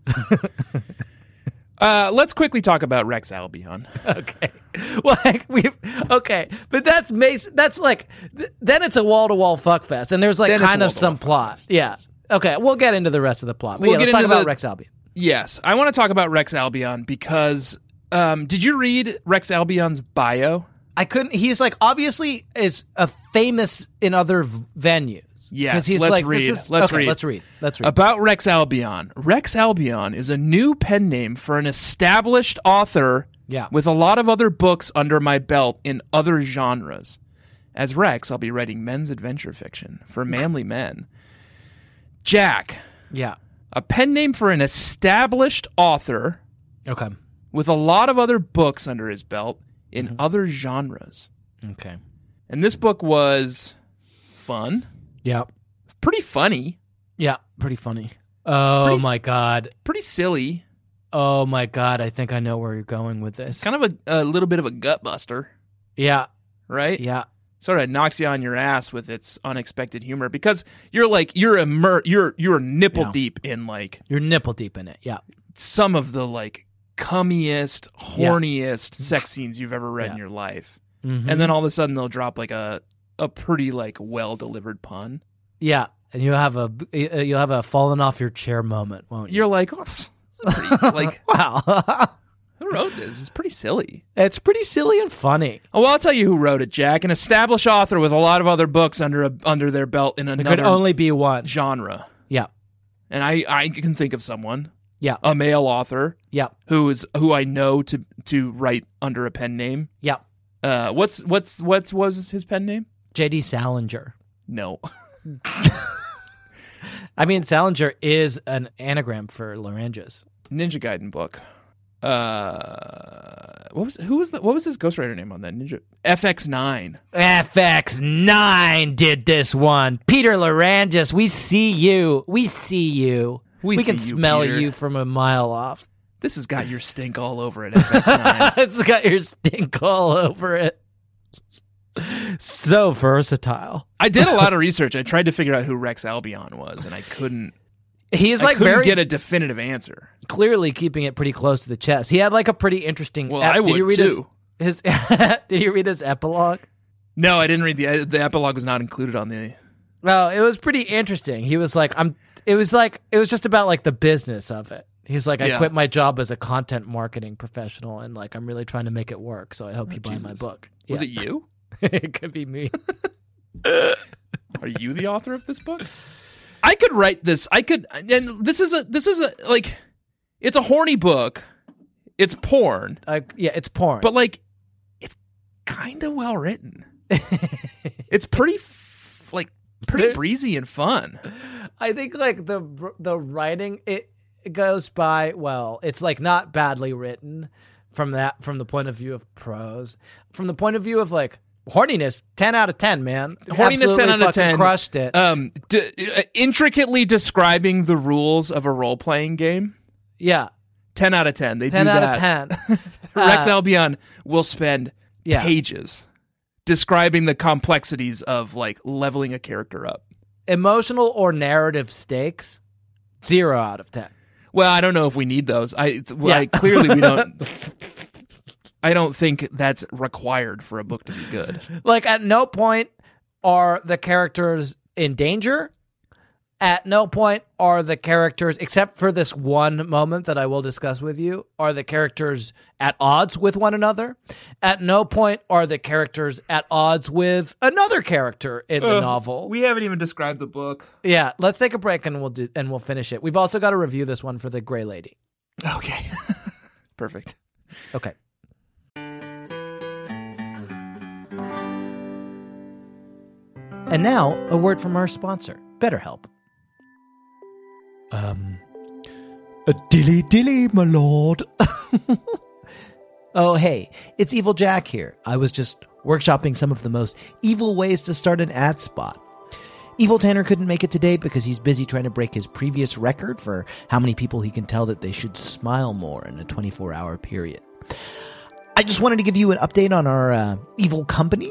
Speaker 3: uh, let's quickly talk about Rex Albion.
Speaker 2: Okay. [laughs] Well, like we okay, but that's Mace. That's like th- then it's a wall to wall fuckfest, and there's like
Speaker 3: Then it's a
Speaker 2: kind of
Speaker 3: wall-to-wall
Speaker 2: some
Speaker 3: fuck
Speaker 2: plot. Yeah. Okay, we'll get into the rest of the plot. But
Speaker 3: We'll
Speaker 2: yeah, let's
Speaker 3: get
Speaker 2: talk
Speaker 3: into
Speaker 2: about
Speaker 3: the-
Speaker 2: Rex Albion.
Speaker 3: Yes, I want to talk about Rex Albion because um, did you read Rex Albion's bio?
Speaker 2: I couldn't. He's like obviously is a famous in other v- venues.
Speaker 3: Yes,
Speaker 2: 'Cause he's
Speaker 3: let's
Speaker 2: like,
Speaker 3: read.
Speaker 2: This is,
Speaker 3: Let's
Speaker 2: okay,
Speaker 3: read.
Speaker 2: Let's read. Let's read.
Speaker 3: About Rex Albion. Rex Albion is a new pen name for an established author
Speaker 2: Yeah.
Speaker 3: with a lot of other books under my belt in other genres. As Rex, I'll be writing men's adventure fiction for manly men. Jack,
Speaker 2: yeah.
Speaker 3: a pen name for an established author
Speaker 2: Okay.
Speaker 3: with a lot of other books under his belt in other genres.
Speaker 2: Okay.
Speaker 3: And this book was fun,
Speaker 2: Yeah.
Speaker 3: pretty funny,
Speaker 2: Yeah. Pretty funny. Oh
Speaker 3: Pretty-
Speaker 2: my god.
Speaker 3: pretty silly,
Speaker 2: Oh my god. I think I know where you're going with this.
Speaker 3: kind of a, a little bit of a gut buster,
Speaker 2: yeah.
Speaker 3: right?
Speaker 2: Yeah.
Speaker 3: Sort of knocks you on your ass with its unexpected humor because you're like you're immer- you're you're nipple
Speaker 2: Yeah.
Speaker 3: deep in like
Speaker 2: You're nipple deep in it. Yeah.
Speaker 3: some of the like cummiest, horniest sex scenes you've ever read in
Speaker 2: Yeah.
Speaker 3: your life.
Speaker 2: Mhm.
Speaker 3: And then all of a sudden they'll drop like a a pretty like well delivered pun.
Speaker 2: yeah. And you'll have a uh, you'll have a fallen off your chair moment, won't you?
Speaker 3: You're like, oh, this is pretty, like
Speaker 2: [laughs] wow.
Speaker 3: who wrote this? It's pretty silly.
Speaker 2: it's pretty silly and funny.
Speaker 3: Oh, well, I'll tell you who wrote it, Jack. An established author with a lot of other books under a, under their belt in
Speaker 2: There
Speaker 3: another
Speaker 2: could only be one.
Speaker 3: genre.
Speaker 2: Yeah.
Speaker 3: And I I can think of someone.
Speaker 2: Yeah.
Speaker 3: A male author
Speaker 2: Yeah.
Speaker 3: who is who I know to to write under a pen name.
Speaker 2: Yeah.
Speaker 3: Uh, what's what's what's was his pen name?
Speaker 2: J.D. Salinger.
Speaker 3: No. [laughs]
Speaker 2: I mean, Salinger is an anagram for Larynges.
Speaker 3: Ninja Gaiden book. Uh, what was who was the, what was his ghostwriter name on that Ninja FX Nine?
Speaker 2: FX9 did this one. Peter Larynges, we see you. We see you.
Speaker 3: We
Speaker 2: can
Speaker 3: see you,
Speaker 2: smell
Speaker 3: Peter.
Speaker 2: you from a mile off.
Speaker 3: This has got your stink all over it. FX Nine.
Speaker 2: [laughs] it's got your stink all over it. So versatile.
Speaker 3: I did a lot of research. I tried to figure out who Rex Albion was, and I couldn't.
Speaker 2: He's
Speaker 3: I
Speaker 2: like
Speaker 3: couldn't
Speaker 2: very
Speaker 3: get a definitive answer.
Speaker 2: clearly keeping it pretty close to the chest. He had like a pretty interesting.
Speaker 3: Well,
Speaker 2: ep-
Speaker 3: I
Speaker 2: did you
Speaker 3: would
Speaker 2: read
Speaker 3: too.
Speaker 2: His, [laughs] his did you read his epilogue?
Speaker 3: No, I didn't read the the epilogue. Was not included on the.
Speaker 2: Well, it was pretty interesting. He was like, I'm. It was like it was just about like the business of it. He's like, I
Speaker 3: Yeah.
Speaker 2: quit my job as a content marketing professional, and like I'm really trying to make it work. So I hope you buy my
Speaker 3: Oh, Jesus.
Speaker 2: book.
Speaker 3: Was
Speaker 2: Yeah.
Speaker 3: it you?
Speaker 2: [laughs] it? could be [laughs] me.
Speaker 3: Are you the author of this book? I could write this. I could, and this is a this is a like, it's a horny book. It's porn,
Speaker 2: I, yeah, it's porn.
Speaker 3: but like, it's kind of well written. It's pretty, f- like, pretty
Speaker 2: There's-
Speaker 3: breezy and fun.
Speaker 2: [laughs] I think like the the writing it, it goes by well. It's like not badly written from that from the point of view of prose. From the point of view of like horniness, ten out of ten, man.
Speaker 3: Horniness, 10
Speaker 2: Absolutely
Speaker 3: out of
Speaker 2: fucking
Speaker 3: 10.
Speaker 2: Crushed it.
Speaker 3: Um, d- uh, intricately describing the rules of a role playing game.
Speaker 2: yeah,
Speaker 3: Ten out of ten. Ah. They
Speaker 2: ten
Speaker 3: do
Speaker 2: out
Speaker 3: that.
Speaker 2: of ten. [laughs]
Speaker 3: Rex
Speaker 2: Uh,
Speaker 3: Albion will spend
Speaker 2: yeah.
Speaker 3: pages describing the complexities of like leveling a character up.
Speaker 2: emotional or narrative stakes, zero out of ten.
Speaker 3: Well, I don't know if we need those. I th- well,
Speaker 2: Yeah.
Speaker 3: I- clearly
Speaker 2: [laughs]
Speaker 3: we don't. I don't think that's required for a book to be good.
Speaker 2: Like at no point are the characters in danger. At no point are the characters, except for this one moment that I will discuss with you, are the characters at odds with one another. At no point are the characters at odds with another character in the novel.
Speaker 3: We haven't even described the book.
Speaker 2: yeah, let's take a break and we'll do and we'll finish it. We've also got to review this one for the Gray Lady.
Speaker 3: Okay, [laughs] perfect.
Speaker 2: Okay. And now, a word from our sponsor, BetterHelp. Um, a dilly dilly, my lord. [laughs] oh, hey, it's Evil Jack here. I was just workshopping some of the most evil ways to start an ad spot. Evil Tanner couldn't make it today because he's busy trying to break his previous record for how many people he can tell that they should smile more in a 24 hour period. I just wanted to give you an update on our uh, evil company,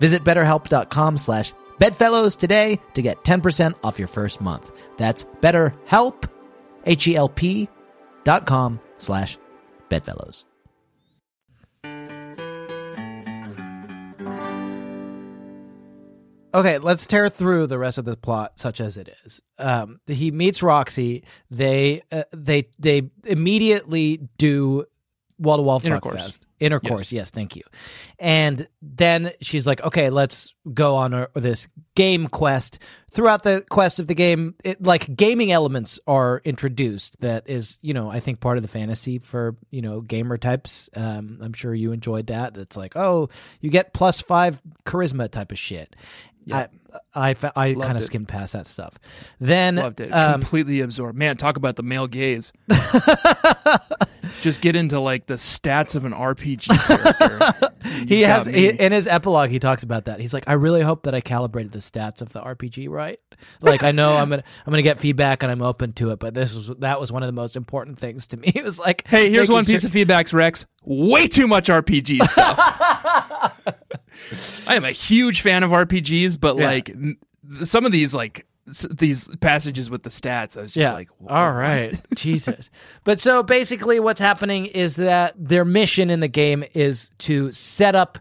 Speaker 2: Visit betterhelp.com slash bedfellows today to get 10% off your first month. That's betterhelp, H-E-L-P E dot com slash bedfellows. Okay, let's tear through the rest of the plot, such as it is. Um, he meets Roxy. They uh, they they immediately do wall to wall
Speaker 3: Intercourse.
Speaker 2: fuckfest. Intercourse, yes. thank you. And then she's like, "Okay, let's go on a, this game quest." Throughout the quest of the game, it, like gaming elements are introduced. That is, you know, I think part of the fantasy for you know gamer types. Um, I'm sure you enjoyed that. That's like, oh, you get plus five charisma type of shit. I I, fa- I
Speaker 3: Loved
Speaker 2: kind of
Speaker 3: it.
Speaker 2: skimmed past that stuff. Then
Speaker 3: Loved it.
Speaker 2: um,
Speaker 3: Completely absorbed. Man, talk about the
Speaker 2: [laughs]
Speaker 3: male gaze. Just get into like the stats of an RPG character.
Speaker 2: [laughs]
Speaker 3: You
Speaker 2: he
Speaker 3: got
Speaker 2: has
Speaker 3: me.
Speaker 2: he, in his epilogue he talks about that he's like i really hope that i calibrated the stats of the rpg right like i know
Speaker 3: [laughs]
Speaker 2: i'm gonna i'm gonna get feedback and i'm open to it but this was that was one of the most important things to me [laughs] it was like
Speaker 3: Hey, here's
Speaker 2: making
Speaker 3: one piece
Speaker 2: sure-
Speaker 3: of feedback, Rex. Way too much RPG
Speaker 2: [laughs]
Speaker 3: stuff. I am a huge fan of RPGs, but
Speaker 2: Yeah.
Speaker 3: like n- some of these like s- these passages with the stats, I was just like,
Speaker 2: all
Speaker 3: [laughs]
Speaker 2: right, Jesus. But so basically, what's happening is that their mission in the game is to set up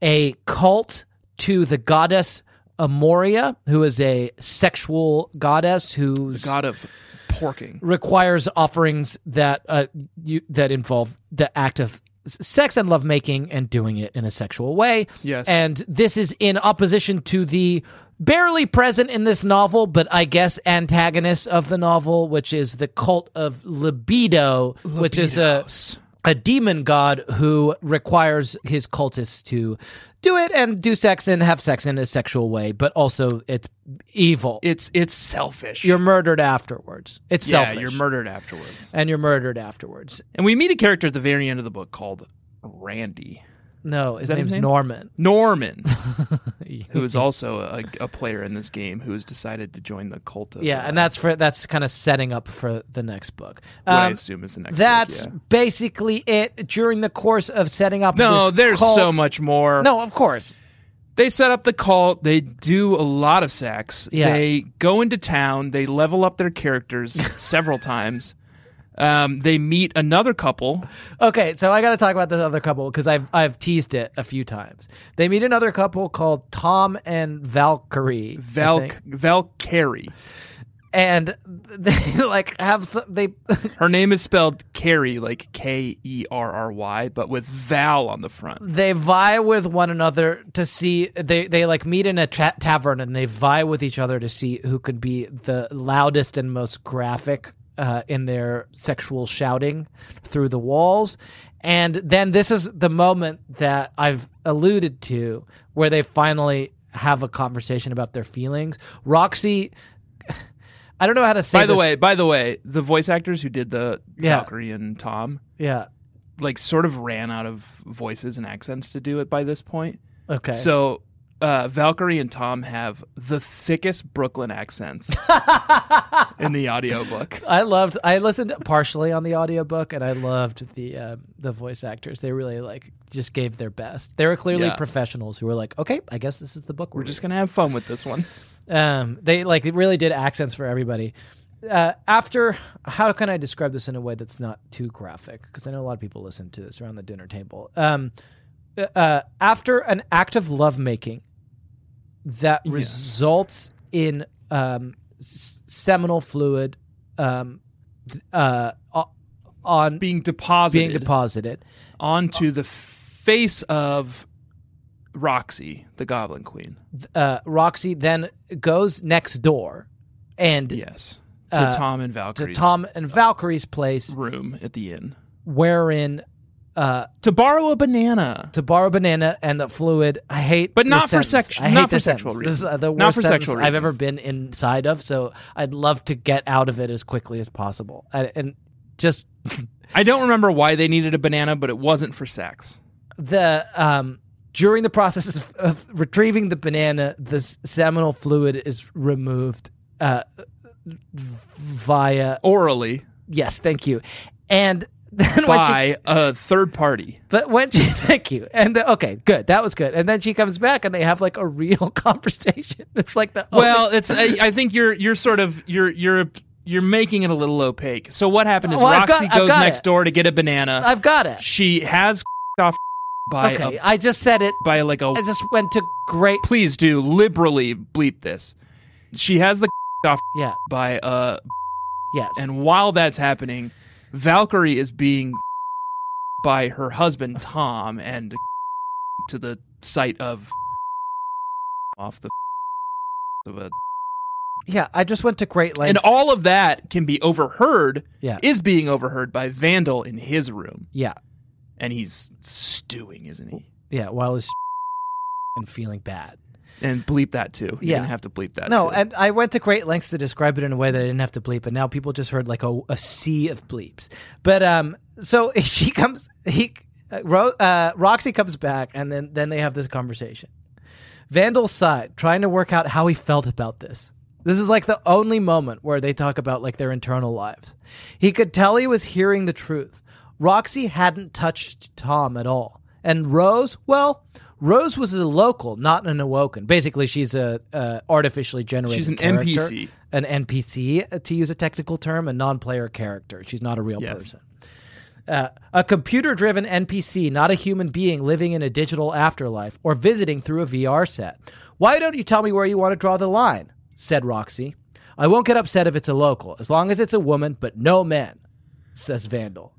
Speaker 2: a cult to the goddess Amoria, who is a sexual goddess who's
Speaker 3: god of porking.
Speaker 2: requires offerings that uh, you, that involve the act of s- sex and lovemaking and doing it in a sexual way.
Speaker 3: Yes.
Speaker 2: And this is in opposition to the barely present in this novel, but I guess antagonist of the novel, which is the cult of libido, which is a
Speaker 3: Libidos.
Speaker 2: a demon god who requires his cultists to do it and do sex and have sex in a sexual way, but also it's evil.
Speaker 3: It's it's selfish.
Speaker 2: you're murdered afterwards. It's
Speaker 3: yeah,
Speaker 2: selfish
Speaker 3: you're murdered afterwards.
Speaker 2: and you're murdered afterwards.
Speaker 3: And we meet a character at the very end of the book called Randy
Speaker 2: No, his
Speaker 3: that
Speaker 2: name's
Speaker 3: his
Speaker 2: [laughs]
Speaker 3: name?
Speaker 2: Norman.
Speaker 3: Norman.
Speaker 2: Beefy.
Speaker 3: who is also a, a player in this game who has decided to join the cult of
Speaker 2: yeah,
Speaker 3: uh,
Speaker 2: and that's for that's kind of setting up for the next book.
Speaker 3: what I
Speaker 2: Um,
Speaker 3: assume is the next.
Speaker 2: that's
Speaker 3: book, yeah.
Speaker 2: basically it. During the course of setting up,
Speaker 3: no.
Speaker 2: this
Speaker 3: There's
Speaker 2: cult-
Speaker 3: so much more.
Speaker 2: No, of course.
Speaker 3: they set up the cult. They do a lot of sex.
Speaker 2: Yeah.
Speaker 3: They go into town. They level up their
Speaker 2: [laughs]
Speaker 3: characters several times. Um, they meet another couple.
Speaker 2: Okay, so I got to talk about this other couple because I've I've teased it a few times. They meet another couple called Tom and Valkyrie. I
Speaker 3: Val
Speaker 2: think.
Speaker 3: Valkyrie.
Speaker 2: and [laughs] they like have some, they
Speaker 3: Her name is spelled Carrie, like K E R R Y, but with Val on the front.
Speaker 2: they vie with one another to see they they like meet in a ta- tavern and they vie with each other to see who could be the loudest and most graphic uh, in their sexual shouting through the walls and then this is the moment that i've alluded to where they finally have a conversation about their feelings roxy [sighs] i don't know how to say
Speaker 3: by the
Speaker 2: this-
Speaker 3: way, by the way, the voice actors who did the
Speaker 2: Yeah.
Speaker 3: Valkyrie and Tom,
Speaker 2: yeah
Speaker 3: like, sort of ran out of voices and accents to do it by this point.
Speaker 2: okay
Speaker 3: So uh, Valkyrie and Tom have the thickest
Speaker 2: [laughs]
Speaker 3: Brooklyn accents in the audiobook.
Speaker 2: I loved. I listened partially on the audiobook, and I loved the um, the voice actors. They really like just gave their best. They were clearly
Speaker 3: Yeah.
Speaker 2: professionals who were like, "Okay, I guess this is the book we're,
Speaker 3: We're just gonna have fun with
Speaker 2: [laughs]
Speaker 3: this one.
Speaker 2: um, they like really did accents for everybody. Uh, after, how can I describe this in a way that's not too graphic? Because I know a lot of people listen to this around the dinner table. Um, uh, uh, after an act of lovemaking that
Speaker 3: Yeah.
Speaker 2: results in um, s- seminal fluid um, th- uh, o- on
Speaker 3: Being deposited
Speaker 2: being deposited,
Speaker 3: onto the face of Roxy, the Goblin Queen.
Speaker 2: uh, Roxy then goes next door and
Speaker 3: Yes, to
Speaker 2: Uh,
Speaker 3: Tom and
Speaker 2: to
Speaker 3: Valkyrie's
Speaker 2: Tom and Valkyrie's place.
Speaker 3: room at the inn
Speaker 2: wherein uh
Speaker 3: to borrow a banana.
Speaker 2: to borrow banana and the fluid i hate
Speaker 3: But
Speaker 2: this
Speaker 3: not for
Speaker 2: sentence.
Speaker 3: sex-
Speaker 2: I hate
Speaker 3: not for
Speaker 2: this
Speaker 3: sexual
Speaker 2: sentence. this is uh,
Speaker 3: reasons.
Speaker 2: the worst
Speaker 3: Not for
Speaker 2: sentence
Speaker 3: sexual
Speaker 2: i've ever
Speaker 3: reasons.
Speaker 2: been inside of so i'd love to get out of it as quickly as possible and, and just
Speaker 3: I don't remember why they needed a banana, but it wasn't for sex.
Speaker 2: the um during the process of, of retrieving the banana the s- seminal fluid is removed uh via
Speaker 3: Orally
Speaker 2: yes thank you and [laughs] then when she
Speaker 3: by a third party.
Speaker 2: But when she, [laughs] thank you. And the, okay, good. That was good. And then she comes back and they have like a real [laughs] conversation. It's like the only-
Speaker 3: Well, it's I, I think you're you're sort of you're you're you're making it a little opaque. So what happened is
Speaker 2: Well, I've
Speaker 3: Roxy
Speaker 2: got- I've
Speaker 3: goes
Speaker 2: got
Speaker 3: next
Speaker 2: it.
Speaker 3: door to get a banana.
Speaker 2: I've got it.
Speaker 3: she has [laughs] off by
Speaker 2: Okay.
Speaker 3: a,
Speaker 2: I just said it.
Speaker 3: by like a
Speaker 2: I just went to great.
Speaker 3: please do liberally bleep this. She has the [laughs] off
Speaker 2: Yeah.
Speaker 3: by a
Speaker 2: Yes.
Speaker 3: and while that's happening, Valkyrie is being [laughs] by her husband Tom and [laughs] to the site of [laughs] off the [laughs] of a
Speaker 2: yeah. I just went to great lengths.
Speaker 3: and all of that can be overheard
Speaker 2: yeah.
Speaker 3: is being overheard by Vandal in his room,
Speaker 2: yeah.
Speaker 3: and he's stewing, isn't he?
Speaker 2: Yeah. While it's [laughs] and feeling bad.
Speaker 3: And bleep that too. You're
Speaker 2: Yeah.
Speaker 3: gonna have to bleep that.
Speaker 2: No,
Speaker 3: too.
Speaker 2: and I went to great lengths to describe it in a way that I didn't have to bleep, and now people just heard like a, a sea of bleeps. But um, so [laughs] she comes, he, uh, Ro, uh, Roxy comes back, and then then they have this conversation. Vandal's side, trying to work out how he felt about this. This is like the only moment where they talk about like their internal lives. He could tell he was hearing the truth. Roxy hadn't touched Tom at all. And Rose, well, Rose was a local, not an awoken. Basically, she's a uh, artificially generated.
Speaker 3: She's an
Speaker 2: character,
Speaker 3: NPC.
Speaker 2: an NPC, uh, to use a technical term, a non-player character. She's not a real
Speaker 3: Yes.
Speaker 2: person. Uh, a computer driven NPC, not a human being living in a digital afterlife or visiting through a VR set. Why don't you tell me where you want to draw the line? said Roxy. I won't get upset if it's a local, as long as it's a woman, but no man, says Vandal.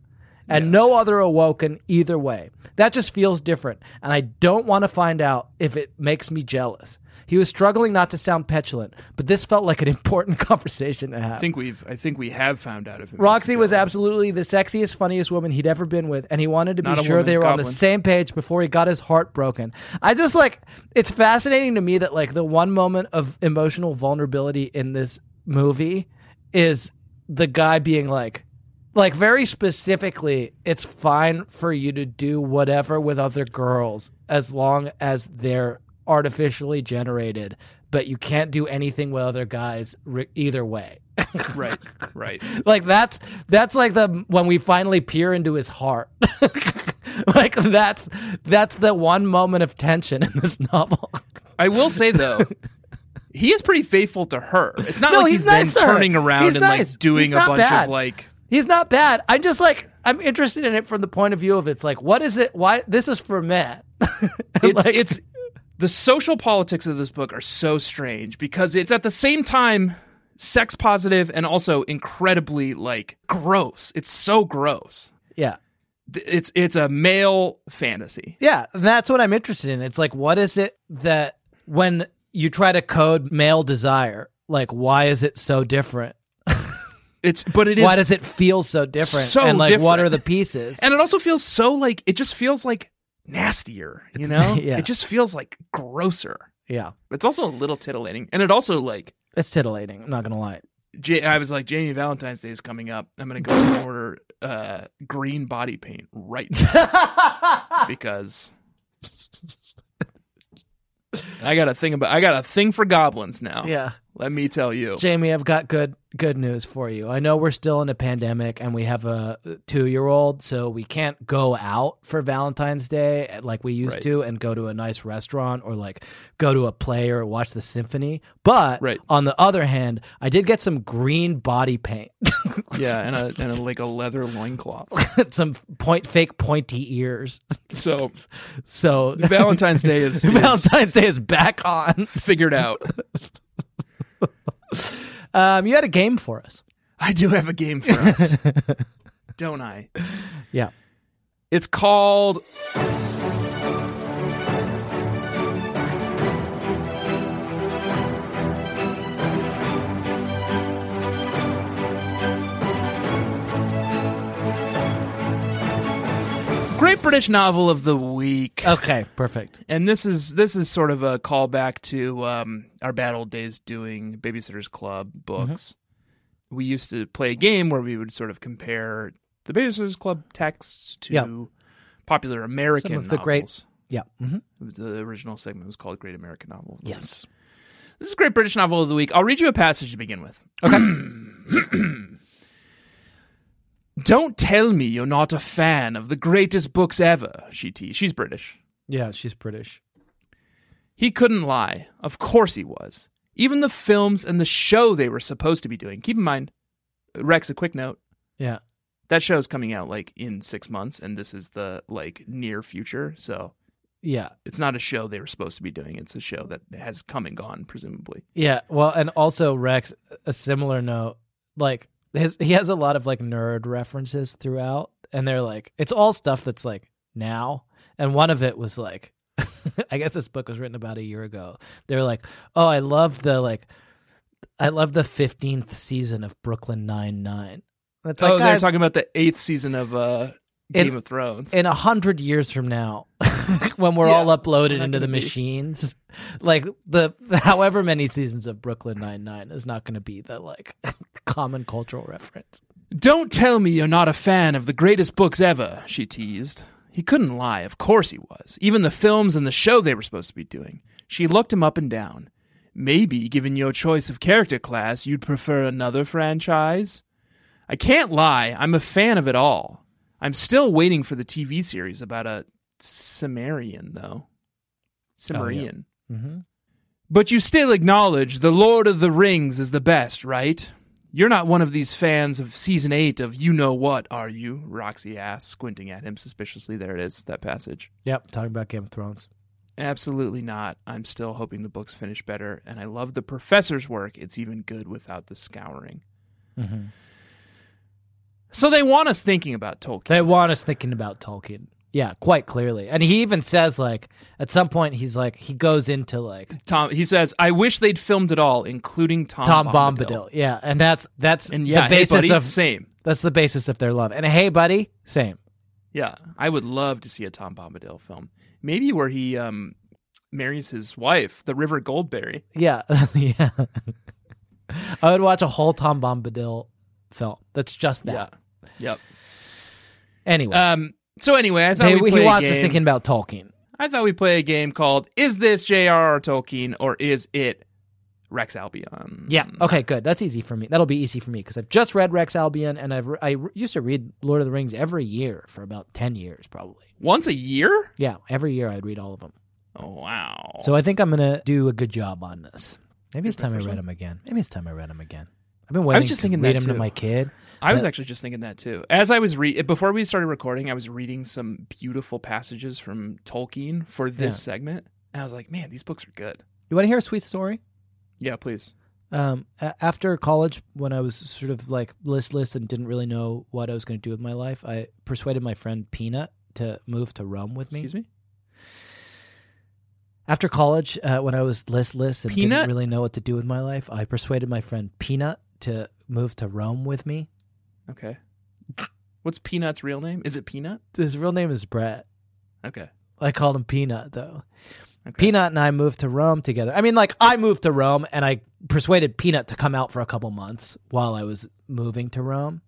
Speaker 2: And no other awoken either way. That just feels different, and I don't want to find out if it makes me jealous. He was struggling not to sound petulant, but this felt like an [laughs] important conversation to have.
Speaker 3: I think we've I think we have found out if it
Speaker 2: Roxy
Speaker 3: makes you
Speaker 2: was
Speaker 3: jealous.
Speaker 2: absolutely the sexiest, funniest woman he'd ever been with, and he wanted to be
Speaker 3: Not a
Speaker 2: sure
Speaker 3: woman,
Speaker 2: they were on the
Speaker 3: goblin.
Speaker 2: same page before he got his heart broken. I just like it's fascinating to me that like the one moment of emotional vulnerability in this movie is the guy being like like very specifically, it's fine for you to do whatever with other girls as long as they're artificially generated, but you can't do anything with other guys re- either way.
Speaker 3: [laughs] right, right.
Speaker 2: like that's that's like the when we finally peer into his heart. [laughs] like that's that's the one moment of tension in this [laughs] novel.
Speaker 3: I will
Speaker 2: [laughs]
Speaker 3: say though, he is pretty faithful to her. It's not
Speaker 2: No,
Speaker 3: like
Speaker 2: he's
Speaker 3: he's, then
Speaker 2: nice to her.
Speaker 3: turning around
Speaker 2: He's
Speaker 3: and
Speaker 2: nice.
Speaker 3: like doing
Speaker 2: He's
Speaker 3: a
Speaker 2: not
Speaker 3: bunch
Speaker 2: bad. [laughs]
Speaker 3: of like
Speaker 2: He's not bad. I'm just like I'm interested in it from the point of view of it's like what is it? Why this is for [laughs] Matt?
Speaker 3: it's
Speaker 2: Like-
Speaker 3: it's the social politics of this book are so strange because it's at the same time sex positive and also incredibly like gross. It's so gross.
Speaker 2: yeah.
Speaker 3: Th- It's it's a male fantasy.
Speaker 2: Yeah, and that's what I'm interested in. It's like, what is it that when you try to code male desire, like, why is it so different?
Speaker 3: It's but it is
Speaker 2: Why does it feel so different?
Speaker 3: So
Speaker 2: and like, what
Speaker 3: different.
Speaker 2: are the pieces?
Speaker 3: and it also feels so like it just feels like nastier, you know?
Speaker 2: [laughs] yeah.
Speaker 3: It just feels like grosser.
Speaker 2: [laughs] yeah,
Speaker 3: It's also a little titillating, and it also like
Speaker 2: it's titillating. I'm not gonna lie.
Speaker 3: J- I was like, Jamie Valentine's Day is coming up. I'm gonna go
Speaker 2: [laughs]
Speaker 3: and order uh, green body paint right now because I got a thing about I got a thing for
Speaker 2: [laughs]
Speaker 3: goblins now.
Speaker 2: Yeah,
Speaker 3: let me tell
Speaker 2: [laughs]
Speaker 3: you.
Speaker 2: Jamie, I've got good good news for you. I know we're still in a pandemic and we have a two year old, so we can't go out for Valentine's Day uh, like we used
Speaker 3: Right.
Speaker 2: to and go to a nice restaurant or like go to a play or watch the symphony. But
Speaker 3: Right.
Speaker 2: on the other hand, I did get some green body paint, [laughs]
Speaker 3: yeah, and a and a, like a leather loincloth.
Speaker 2: some point fake pointy ears. [laughs]
Speaker 3: So
Speaker 2: So
Speaker 3: Valentine's Day is,
Speaker 2: [laughs]
Speaker 3: is
Speaker 2: Valentine's Day is back on.
Speaker 3: [laughs] figured out.
Speaker 2: Um, you had a game for us.
Speaker 3: I do have a game for [laughs] us, don't I?
Speaker 2: Yeah.
Speaker 3: It's called. Great British Novel of the Week.
Speaker 2: Okay, perfect.
Speaker 3: And this is this is sort of a callback to um, our bad old days doing Babysitters Club books.
Speaker 2: Mm-hmm.
Speaker 3: We used to play a game where we would sort of compare the Babysitters Club texts to
Speaker 2: Yep.
Speaker 3: popular American
Speaker 2: Some of the great-
Speaker 3: novels.
Speaker 2: Yeah. hmm
Speaker 3: The original segment was called Great American Novel. of the Week.
Speaker 2: Yes.
Speaker 3: This is Great British Novel of the Week. I'll read you a passage to begin with.
Speaker 2: Okay.
Speaker 3: Don't tell me you're not a fan of the greatest books ever, she te- She's British.
Speaker 2: yeah, she's British.
Speaker 3: He couldn't lie. Of course he was. Even the films and the show they were supposed to be doing. Keep in mind, Rex, a quick note.
Speaker 2: Yeah.
Speaker 3: That show's coming out like in six months, and this is the like near future. So
Speaker 2: Yeah.
Speaker 3: it's not a show they were supposed to be doing. It's a show that has come and gone, presumably.
Speaker 2: Yeah, well, and also Rex, a similar note, like his he has a lot of like nerd references throughout, and they're like it's all stuff that's like now, and one of it was like, [laughs] I guess this book was written about a year ago. They're like, oh, I love the like, I love the fifteenth season of Brooklyn Nine Nine. It's like
Speaker 3: oh, they're
Speaker 2: guys,
Speaker 3: talking about the eighth season of uh,
Speaker 2: In-
Speaker 3: Game of Thrones.
Speaker 2: in a hundred years from now, [laughs] when we're
Speaker 3: Yeah,
Speaker 2: all uploaded
Speaker 3: not
Speaker 2: into the
Speaker 3: gonna be.
Speaker 2: machines, like the however many seasons of Brooklyn Nine Nine is not going to be the like [laughs] common cultural reference.
Speaker 3: Don't tell me you're not a fan of the greatest books ever, she teased. He couldn't lie, of course he was. Even the films and the show they were supposed to be doing. She looked him up and down. Maybe, given your choice of character class, you'd prefer another franchise? I can't lie, I'm a fan of it all. I'm still waiting for the TV series about a Cimmerian, though. Cimmerian.
Speaker 2: Mm-hmm.
Speaker 3: But you still acknowledge The Lord of the Rings is the best, right? You're not one of these fans of season eight of You Know What, are you? Roxy asked, squinting at him suspiciously. There it is, that passage.
Speaker 2: Yep, talking about Game of Thrones.
Speaker 3: Absolutely not. I'm still hoping the books finish better, and I love the professor's work. It's even good without the scouring.
Speaker 2: Mm-hmm.
Speaker 3: So they want us thinking about Tolkien.
Speaker 2: They want us thinking about Tolkien. Yeah, quite clearly, and he even says like at some point he's like he goes into like
Speaker 3: Tom, he says, I wish they'd filmed it all, including Tom,
Speaker 2: Tom
Speaker 3: Bombadil.
Speaker 2: Bombadil. Yeah, and that's that's
Speaker 3: And yeah,
Speaker 2: the basis
Speaker 3: hey buddy,
Speaker 2: of
Speaker 3: same.
Speaker 2: that's the basis of their love. And hey, buddy, same.
Speaker 3: Yeah, I would love to see a Tom Bombadil film. Maybe where he um, marries his wife, the River Goldberry.
Speaker 2: Yeah, [laughs] yeah. I would watch a whole Tom Bombadil film. That's just that.
Speaker 3: Yeah. Yep.
Speaker 2: [laughs] Anyway,
Speaker 3: Um, so anyway, I thought
Speaker 2: they,
Speaker 3: we'd
Speaker 2: he
Speaker 3: play a
Speaker 2: wants us
Speaker 3: game.
Speaker 2: thinking about Tolkien.
Speaker 3: I thought we'd play a game called Is This J.R.R. Tolkien or Is It Rex Albion?
Speaker 2: Yeah. Okay. Good. That's easy for me. That'll be easy for me because I've just read Rex Albion, and I've re- I re- used to read Lord of the Rings every year for about ten years, probably.
Speaker 3: Once a year?
Speaker 2: Yeah, every year I'd read all of them.
Speaker 3: Oh, wow.
Speaker 2: So I think I'm gonna do a good job on this. Maybe it's
Speaker 3: Here's my
Speaker 2: time I
Speaker 3: first
Speaker 2: read
Speaker 3: one.
Speaker 2: them again. Maybe it's time I read them again. I've been waiting.
Speaker 3: just
Speaker 2: to
Speaker 3: thinking
Speaker 2: read
Speaker 3: that
Speaker 2: them to
Speaker 3: too.
Speaker 2: my kid.
Speaker 3: I was
Speaker 2: But-
Speaker 3: actually just thinking that too. As I was re before we started recording, I was reading some beautiful passages from Tolkien for this
Speaker 2: Yeah.
Speaker 3: segment, and I was like, "Man, these books are good."
Speaker 2: You want to hear a sweet story?
Speaker 3: Yeah, please.
Speaker 2: um, a- after college, when I was sort of like listless and didn't really know what I was going to do with my life, I persuaded my friend Peanut to move to Rome with me.
Speaker 3: Excuse me.
Speaker 2: After college, uh, when I was listless and
Speaker 3: Peanut?
Speaker 2: didn't really know what to do with my life, I persuaded my friend Peanut to move to Rome with me.
Speaker 3: Okay. What's Peanut's real name? Is it Peanut?
Speaker 2: His real name is Brett.
Speaker 3: Okay.
Speaker 2: I called him Peanut though.
Speaker 3: Okay.
Speaker 2: Peanut and I moved to Rome together. I mean, like I moved to Rome and I persuaded Peanut to come out for a couple months while I was moving to Rome,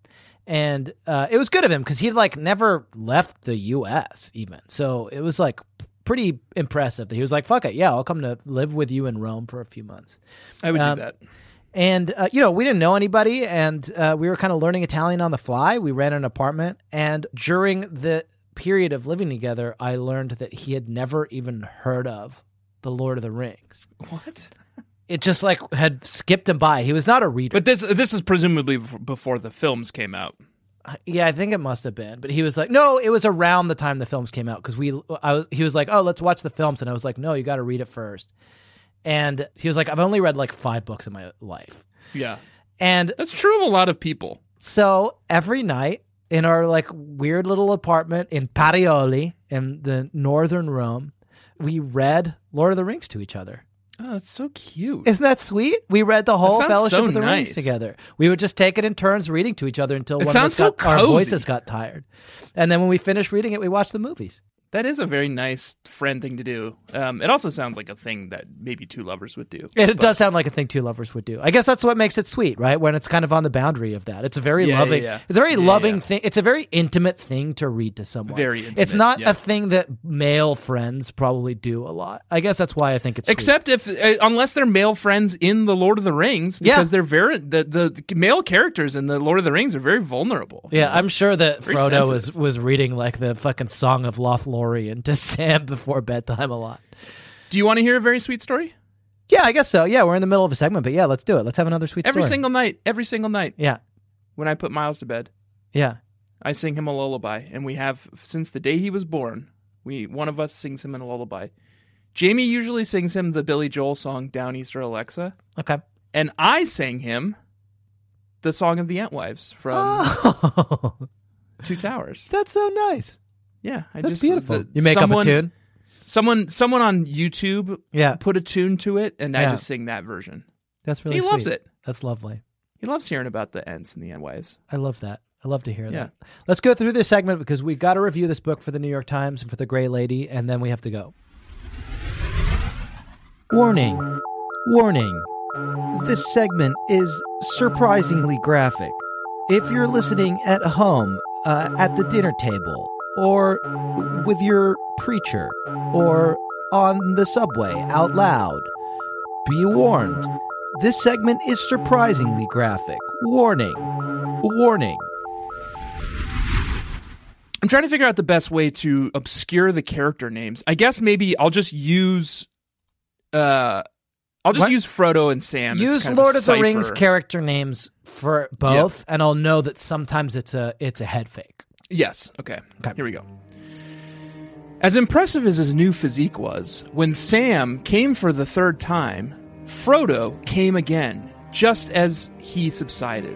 Speaker 2: and uh, it was good of him because he like never left the U.S. even. So it was like pretty impressive that he was like, "Fuck it, yeah, I'll come to live with you in Rome for a few months."
Speaker 3: I would
Speaker 2: Um,
Speaker 3: do that.
Speaker 2: And uh, you know, we didn't know anybody, and uh, we were kind of learning Italian on the fly. We ran an apartment, and during the period of living together, I learned that he had never even heard of the Lord of the Rings.
Speaker 3: What?
Speaker 2: It just like had skipped him by. He was not a reader.
Speaker 3: But this this is presumably bef- before the films came out.
Speaker 2: But Uh, yeah, I think it must have been. But he was like, no, it was around the time the films came out because we. I was. He was like, oh, let's watch the films, and I was like, no, you got to read it first. And he was like, I've only read like five books in my life.
Speaker 3: Yeah,
Speaker 2: And
Speaker 3: that's true of a lot of people.
Speaker 2: So every night in our like weird little apartment in Parioli in the northern Rome, we read Lord of the Rings to each other.
Speaker 3: Oh, that's so cute.
Speaker 2: Isn't that sweet? We read the whole
Speaker 3: sounds
Speaker 2: Fellowship
Speaker 3: so
Speaker 2: of the
Speaker 3: nice.
Speaker 2: Rings together. We would just take it in turns reading to each other until
Speaker 3: It
Speaker 2: one of us
Speaker 3: sounds so
Speaker 2: got, our
Speaker 3: cozy.
Speaker 2: voices got tired. And then when we finished reading it, we watched the movies.
Speaker 3: That is a very nice friend thing to do. Um, it also sounds like a thing that maybe two lovers would do.
Speaker 2: And it does sound like a thing two lovers would do. I guess that's what makes it sweet, right? When it's kind of on the boundary of that. It's a very
Speaker 3: Yeah, yeah,
Speaker 2: loving
Speaker 3: yeah.
Speaker 2: it's a very
Speaker 3: Yeah,
Speaker 2: loving
Speaker 3: yeah.
Speaker 2: thing. It's a very intimate thing to read to someone.
Speaker 3: Very
Speaker 2: It's
Speaker 3: intimate,
Speaker 2: not
Speaker 3: yeah.
Speaker 2: a thing that male friends probably do a lot. I guess that's why I think it's sweet.
Speaker 3: Except if, uh, unless they're male friends in the Lord of the Rings,
Speaker 2: Yeah.
Speaker 3: because they're very the, the the male characters in the Lord of the Rings are very vulnerable.
Speaker 2: Yeah, I'm sure that
Speaker 3: Very
Speaker 2: Frodo was
Speaker 3: sensitive.
Speaker 2: was reading like the fucking Song of Lothlorien [laughs] to Sam before bedtime a lot.
Speaker 3: Do you want to hear a very sweet story?
Speaker 2: Yeah, I guess so. Yeah, we're in the middle of a segment, but yeah, let's do it. Let's have another sweet
Speaker 3: Every
Speaker 2: story.
Speaker 3: single night, every single night,
Speaker 2: Yeah.
Speaker 3: when I put Miles to bed,
Speaker 2: Yeah.
Speaker 3: I sing him a lullaby, and we have since the day he was born. We one of us sings him a lullaby. Jamie usually sings him the Billy Joel song "Down Easter Alexa,"
Speaker 2: [laughs] Okay.
Speaker 3: and I sang him the song of the Antwives from
Speaker 2: Oh,
Speaker 3: Two Towers.
Speaker 2: that's so nice.
Speaker 3: Yeah, I
Speaker 2: That's
Speaker 3: just
Speaker 2: beautiful.
Speaker 3: the-
Speaker 2: you make
Speaker 3: someone,
Speaker 2: up a tune?
Speaker 3: Someone, someone on YouTube
Speaker 2: Yeah.
Speaker 3: put a tune to it, and I
Speaker 2: Yeah.
Speaker 3: just sing that version.
Speaker 2: That's really
Speaker 3: he loves
Speaker 2: sweet.
Speaker 3: it.
Speaker 2: That's lovely.
Speaker 3: He loves hearing about the Ents and the Antwives.
Speaker 2: I love that. I love to hear
Speaker 3: Yeah.
Speaker 2: that. Let's go through this segment because we've got to review this book for the New York Times and for the Gray Lady, and then we have to go.
Speaker 4: Warning. Warning. This segment is surprisingly graphic. If you're listening at home, uh, at the dinner table, or with your preacher, or on the subway out loud, be warned. This segment is surprisingly graphic. Warning. Warning.
Speaker 3: I'm trying to figure out the best way to obscure the character names. I guess maybe I'll just use, uh, I'll just
Speaker 2: What?
Speaker 3: use Frodo and Sam. as
Speaker 2: Use
Speaker 3: kind
Speaker 2: Lord
Speaker 3: a
Speaker 2: of, the Rings
Speaker 3: cipher.
Speaker 2: character names for both, and I'll know that sometimes it's a it's a head fake.
Speaker 3: Yes. Okay.
Speaker 2: Okay.
Speaker 3: Here we go. As impressive as his new physique was, when Sam came for the third time, Frodo came again, just as he subsided.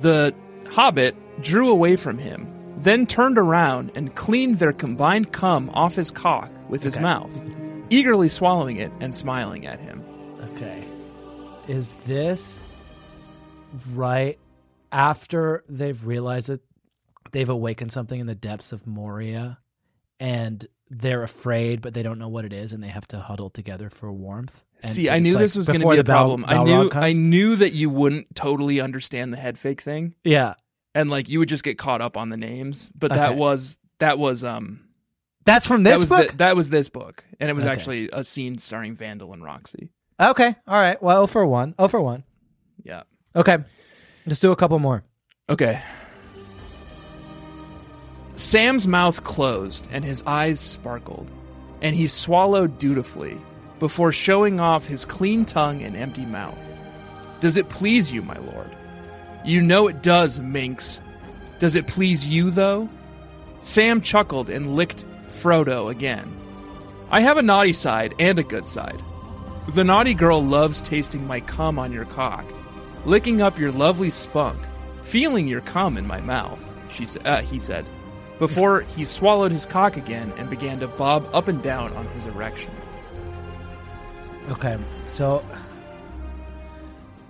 Speaker 3: The hobbit drew away from him, then turned around and cleaned their combined cum off his cock with his
Speaker 2: Okay.
Speaker 3: mouth, eagerly swallowing it and smiling at him.
Speaker 2: Okay. Is this right after they've realized that they've awakened something in the depths of Moria and they're afraid, but they don't know what it is and they have to huddle together for warmth? And
Speaker 3: See, I
Speaker 2: it's
Speaker 3: knew
Speaker 2: like
Speaker 3: this was going to
Speaker 2: before
Speaker 3: be a
Speaker 2: the Bal-
Speaker 3: problem. I
Speaker 2: Balrog
Speaker 3: knew
Speaker 2: comes?
Speaker 3: I knew that you wouldn't totally understand the head fake thing.
Speaker 2: Yeah.
Speaker 3: and like you would just get caught up on the names but
Speaker 2: Okay.
Speaker 3: that was that was um
Speaker 2: That's from
Speaker 3: That
Speaker 2: this
Speaker 3: was
Speaker 2: book.
Speaker 3: The, that was this book, and it was
Speaker 2: Okay.
Speaker 3: actually a scene starring Vandal and Roxy.
Speaker 2: okay, all right. Well, oh for one. Oh for one.
Speaker 3: Yeah.
Speaker 2: Okay, let's do a couple more.
Speaker 3: Okay. Sam's mouth closed and his eyes sparkled, and he swallowed dutifully before showing off his clean tongue and empty mouth. Does it please you, my lord? You know it does, minx. Does it please you, though? Sam chuckled and licked Frodo again. I have a naughty side and a good side. The naughty girl loves tasting my cum on your cock, licking up your lovely spunk, feeling your cum in my mouth, she sa- uh, he said, before he swallowed his cock again and began to bob up and down on his erection.
Speaker 2: Okay, so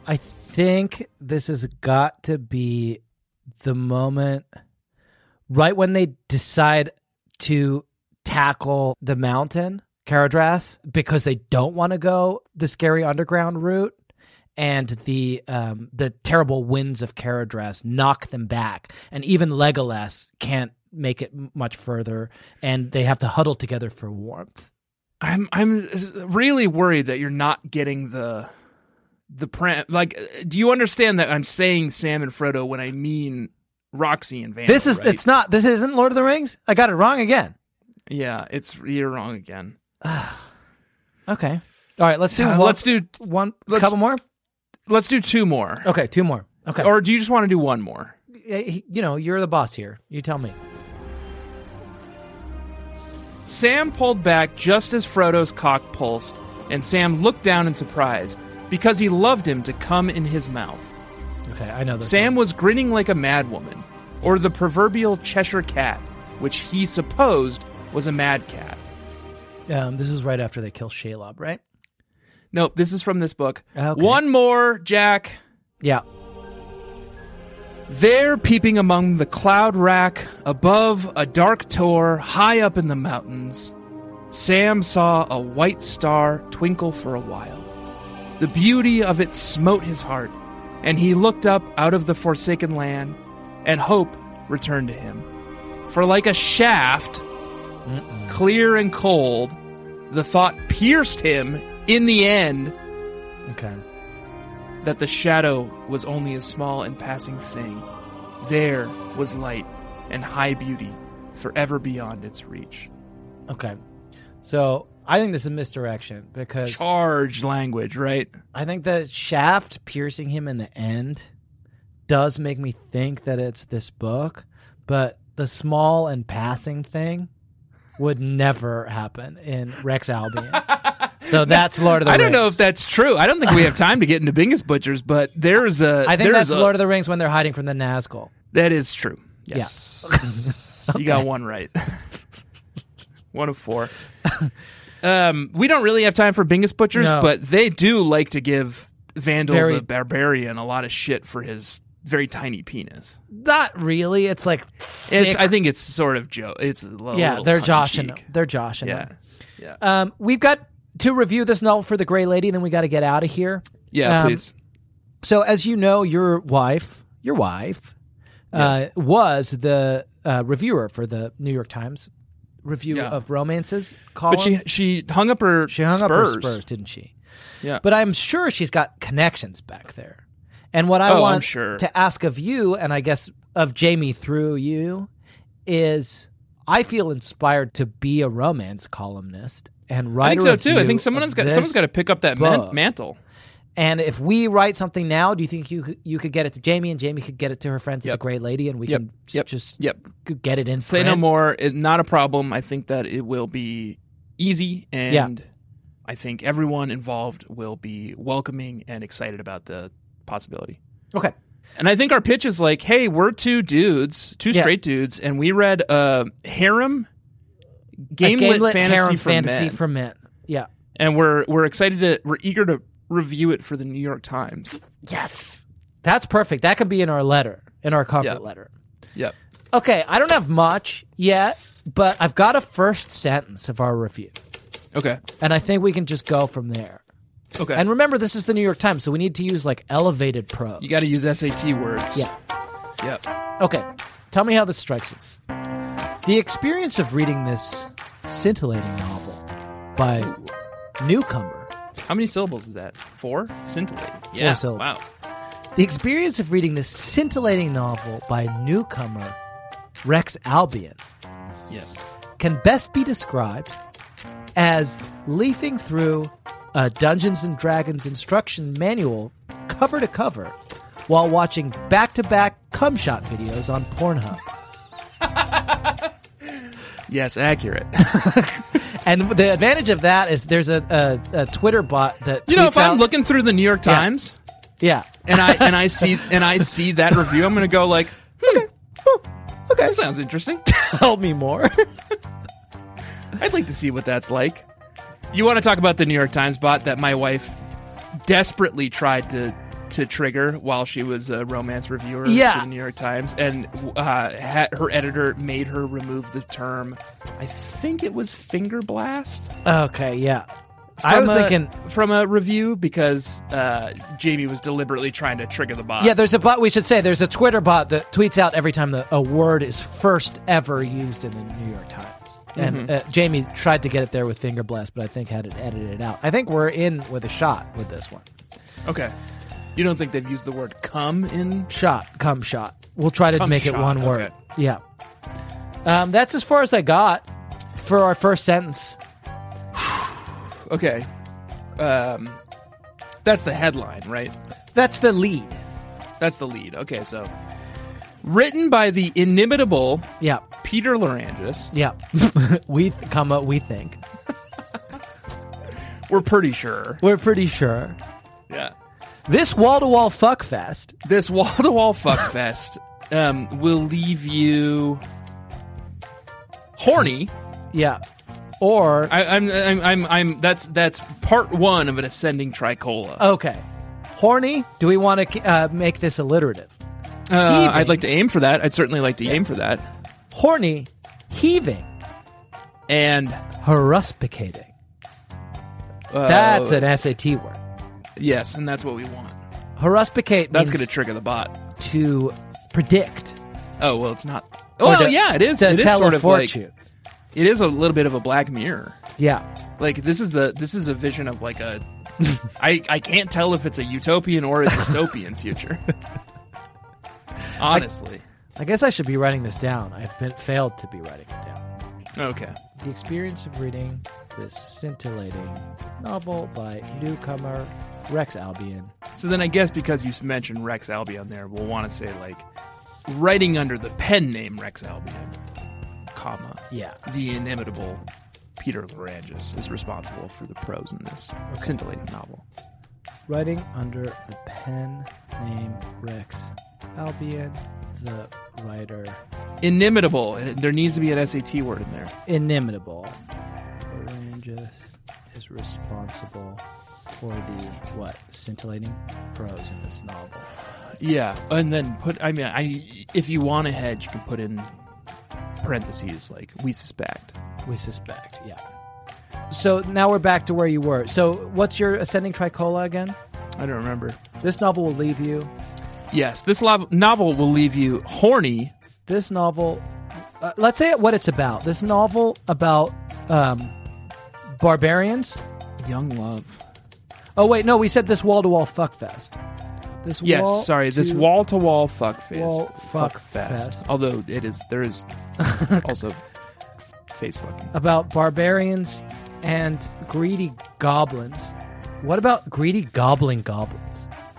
Speaker 2: I think this has got to be the moment right when they decide to tackle the mountain, Caradras, because they don't want to go the scary underground route. And the um, the terrible winds of Caradras knock them back, and even Legolas can't make it m- much further, and they have to huddle together for warmth.
Speaker 3: I'm I'm really worried that you're not getting the the pram. Like, uh, do you understand that I'm saying Sam and Frodo when I mean Roxy and Van?
Speaker 2: this is it's not this isn't Lord of the Rings. I got it wrong again.
Speaker 3: yeah, it's you're wrong again.
Speaker 2: Okay. All right. Let's do.
Speaker 3: Uh,
Speaker 2: one,
Speaker 3: let's do
Speaker 2: one.
Speaker 3: let's-
Speaker 2: couple more.
Speaker 3: let's do two more,
Speaker 2: Okay. Two more. Okay.
Speaker 3: or do you just want to do one more?
Speaker 2: Eh, you know, you're the boss here. You tell me.
Speaker 3: Sam pulled back just as Frodo's cock pulsed, and Sam looked down in surprise because he loved him to come in his mouth.
Speaker 2: Okay. I know this.
Speaker 3: Sam was grinning like a madwoman, or the proverbial Cheshire cat, which he supposed was a mad cat.
Speaker 2: one. Um, this is right after they kill Shelob, right?
Speaker 3: Nope, this is from this book.
Speaker 2: Okay.
Speaker 3: One more, Jack.
Speaker 2: Yeah.
Speaker 3: There, peeping among the cloud rack, above a dark tor high up in the mountains, Sam saw a white star twinkle for a while. The beauty of it smote his heart, and he looked up out of the forsaken land, and hope returned to him. For like a shaft, clear and cold, the thought pierced him in the end
Speaker 2: Okay.
Speaker 3: that the shadow was only a small and passing thing. There was light and high beauty forever beyond its reach.
Speaker 2: Okay. So I think this is misdirection because
Speaker 3: Charged language, right?
Speaker 2: I think the shaft piercing him in the end does make me think that it's this book, but the small and passing thing would never happen in Rex
Speaker 3: [laughs]
Speaker 2: Albion. so that's Lord of the
Speaker 3: I
Speaker 2: Rings.
Speaker 3: don't know if that's true. I don't think [laughs] we have time to get into Bingus Butchers, but there is a.
Speaker 2: I think
Speaker 3: there
Speaker 2: that's
Speaker 3: is a-
Speaker 2: Lord of the Rings when they're hiding from the Nazgul.
Speaker 3: That is true. Yes.
Speaker 2: [laughs]
Speaker 3: You got one right. [laughs] one of four. um, we don't really have time for Bingus Butchers,
Speaker 2: No.
Speaker 3: but they do like to give Vandal
Speaker 2: Very-
Speaker 3: the Barbarian a lot of shit for his very tiny penis.
Speaker 2: Not really. It's like
Speaker 3: It's,
Speaker 2: thick-
Speaker 3: I think it's sort of Joe. It's a little
Speaker 2: yeah, they're joshing.
Speaker 3: Joshing.
Speaker 2: Them. They're joshing.
Speaker 3: Yeah,
Speaker 2: them.
Speaker 3: yeah,
Speaker 2: Um, we've got to review this novel for the Gray Lady. Then we got to get out of here.
Speaker 3: yeah.
Speaker 2: Um,
Speaker 3: please.
Speaker 2: So, as you know, your wife, your wife, uh, was the uh, reviewer for the New York Times review
Speaker 3: Yeah.
Speaker 2: of romances column.
Speaker 3: But she she hung up her
Speaker 2: she hung
Speaker 3: spurs.
Speaker 2: up her spurs, didn't she?
Speaker 3: Yeah.
Speaker 2: But I'm sure she's got connections back there. And what I
Speaker 3: Oh, I'm
Speaker 2: want
Speaker 3: sure.
Speaker 2: to ask of you, and I guess of Jamie through you, is I feel inspired to be a romance columnist and write.
Speaker 3: I think
Speaker 2: a
Speaker 3: so too. I
Speaker 2: review
Speaker 3: think someone's
Speaker 2: of
Speaker 3: got
Speaker 2: this.
Speaker 3: someone's got to pick up that man,
Speaker 2: book.
Speaker 3: mantle.
Speaker 2: And if we write something now, do you think you could- you could get it to Jamie, and Jamie could get it to her friends at
Speaker 3: Yep.
Speaker 2: the Great Lady, and we
Speaker 3: Yep.
Speaker 2: can s-
Speaker 3: Yep.
Speaker 2: just
Speaker 3: Yep.
Speaker 2: g- get it in?
Speaker 3: Say no
Speaker 2: print?
Speaker 3: more. It, not a problem. I think that it will be easy, and I think everyone involved will be welcoming and excited about the possibility.
Speaker 2: Okay.
Speaker 3: And I think our pitch is like, hey, we're two dudes, two
Speaker 2: Yeah.
Speaker 3: straight dudes, and we read uh, Harem, Gamelit,
Speaker 2: Gamelit
Speaker 3: Fantasy,
Speaker 2: harem
Speaker 3: for,
Speaker 2: fantasy
Speaker 3: men,
Speaker 2: for men. Yeah.
Speaker 3: and we're we're excited to we're eager to review it for the New York Times.
Speaker 2: Yes. That's perfect. That could be in our letter, in our cover
Speaker 3: Yeah.
Speaker 2: letter.
Speaker 3: Yep.
Speaker 2: Okay, I don't have much yet, but I've got a first sentence of our review,
Speaker 3: Okay.
Speaker 2: and I think we can just go from there.
Speaker 3: Okay.
Speaker 2: And remember, this is the New York Times, so we need to use like elevated prose.
Speaker 3: you got to use SAT words.
Speaker 2: Yeah.
Speaker 3: Yep.
Speaker 2: Okay, tell me how this strikes you. The experience of reading this scintillating novel by newcomer.
Speaker 3: How many syllables is that? Four? Scintillate.
Speaker 2: Yeah,
Speaker 3: Yeah.
Speaker 2: syllables.
Speaker 3: Wow.
Speaker 2: The experience of reading this scintillating novel by newcomer Rex Albion
Speaker 3: Yes.
Speaker 2: can best be described as leafing through a Dungeons and Dragons instruction manual cover to cover while watching back to back cum shot videos on Pornhub.
Speaker 3: Yes, accurate.
Speaker 2: And the advantage of that is there's a, a, a Twitter bot that
Speaker 3: [laughs] You know,
Speaker 2: tweets
Speaker 3: if I'm
Speaker 2: out-
Speaker 3: looking through the New York
Speaker 2: Yeah.
Speaker 3: Times [laughs]
Speaker 2: yeah,
Speaker 3: and I and I see and I see that review, I'm gonna go like, hmm, okay, that sounds [laughs] interesting.
Speaker 2: tell me more.
Speaker 3: I'd like to see what that's like. You want to talk about the New York Times bot that my wife desperately tried to to trigger while she was a romance reviewer
Speaker 2: Yeah.
Speaker 3: for the New York Times, and uh, ha- her editor made her remove the term. I think it was finger blast.
Speaker 2: okay, yeah. I was
Speaker 3: from a-
Speaker 2: thinking,
Speaker 3: from a review because uh, Jamie was deliberately trying to trigger the bot.
Speaker 2: yeah, there's a bot. We should say there's a Twitter bot that tweets out every time the, a word is first ever used in the New York Times. And
Speaker 3: Mm-hmm.
Speaker 2: uh, Jamie tried to get it there with finger blast, but I think had it edited out. I think we're in with a shot with this one.
Speaker 3: Okay. You don't think they've used the word "come" in?
Speaker 2: Shot, cum shot. We'll try to
Speaker 3: Cum
Speaker 2: make it
Speaker 3: shot,
Speaker 2: one
Speaker 3: okay.
Speaker 2: word. Yeah. Um, that's as far as I got for our first sentence.
Speaker 3: Okay. Um, that's the headline, right?
Speaker 2: That's the lead.
Speaker 3: That's the lead. Okay, so written by the inimitable
Speaker 2: Yeah,
Speaker 3: Peter Larangis.
Speaker 2: yeah. [laughs] we comma we think
Speaker 3: We're pretty sure.
Speaker 2: we're pretty sure
Speaker 3: Yeah.
Speaker 2: this wall to wall fuckfest.
Speaker 3: This [laughs] wall to wall fuckfest um, will leave you horny.
Speaker 2: Yeah, or
Speaker 3: I, I'm, I'm, I'm, I'm. That's that's part one of an ascending tricola. Uh,
Speaker 2: okay, horny. Do we want to uh, make this alliterative?
Speaker 3: Uh,
Speaker 2: heaving.
Speaker 3: I'd like to aim for that. I'd certainly like to aim for that.
Speaker 2: Horny, heaving,
Speaker 3: And
Speaker 2: haruspicating.
Speaker 3: uh,
Speaker 2: That's an SAT word.
Speaker 3: Yes, and that's what we want.
Speaker 2: Haruspicate
Speaker 3: That's
Speaker 2: means
Speaker 3: going to trigger the bot.
Speaker 2: to predict.
Speaker 3: Oh well, it's not.
Speaker 2: Or
Speaker 3: Oh
Speaker 2: to-
Speaker 3: yeah, it is.
Speaker 2: to
Speaker 3: It is
Speaker 2: tell
Speaker 3: sort
Speaker 2: a
Speaker 3: of like
Speaker 2: fortune.
Speaker 3: it is a little bit of a black mirror.
Speaker 2: Yeah.
Speaker 3: Like this is the this is a vision of like a I I can't tell if it's a utopian or a dystopian future. Honestly.
Speaker 2: I guess I should be writing this down. I've been failed to be writing it down.
Speaker 3: Okay.
Speaker 2: The experience of reading this scintillating novel by newcomer Rex Albion.
Speaker 3: So then I guess because you mentioned Rex Albion there, we'll want to say like writing under the pen name Rex Albion, comma,
Speaker 2: Yeah.
Speaker 3: the inimitable Peter Larangis is responsible for the prose in this scintillating novel.
Speaker 2: Writing under the pen name Rex Albion, the writer
Speaker 3: Inimitable. and There needs to be an SAT word in there.
Speaker 2: inimitable. Oranges is responsible for the what scintillating prose in this novel.
Speaker 3: Yeah, and then put. I mean, I if you want to hedge, you can put in parentheses like we suspect.
Speaker 2: We suspect, yeah. So now we're back to where you were. So what's your ascending tricola again?
Speaker 3: I don't remember.
Speaker 2: This novel will leave you.
Speaker 3: Yes, this lov- novel will leave you horny.
Speaker 2: This novel, uh, let's say what it's about. This novel about um, barbarians.
Speaker 3: Young love.
Speaker 2: Oh wait, no, we said this wall to wall fuckfest. This
Speaker 3: Yes,
Speaker 2: wall
Speaker 3: sorry. This
Speaker 2: to-
Speaker 3: wall to wall fuck fest.
Speaker 2: Wall fuck fest.
Speaker 3: Although it is
Speaker 2: [laughs]
Speaker 3: there is also face fucking.
Speaker 2: about barbarians and greedy goblins. What about greedy goblin goblins?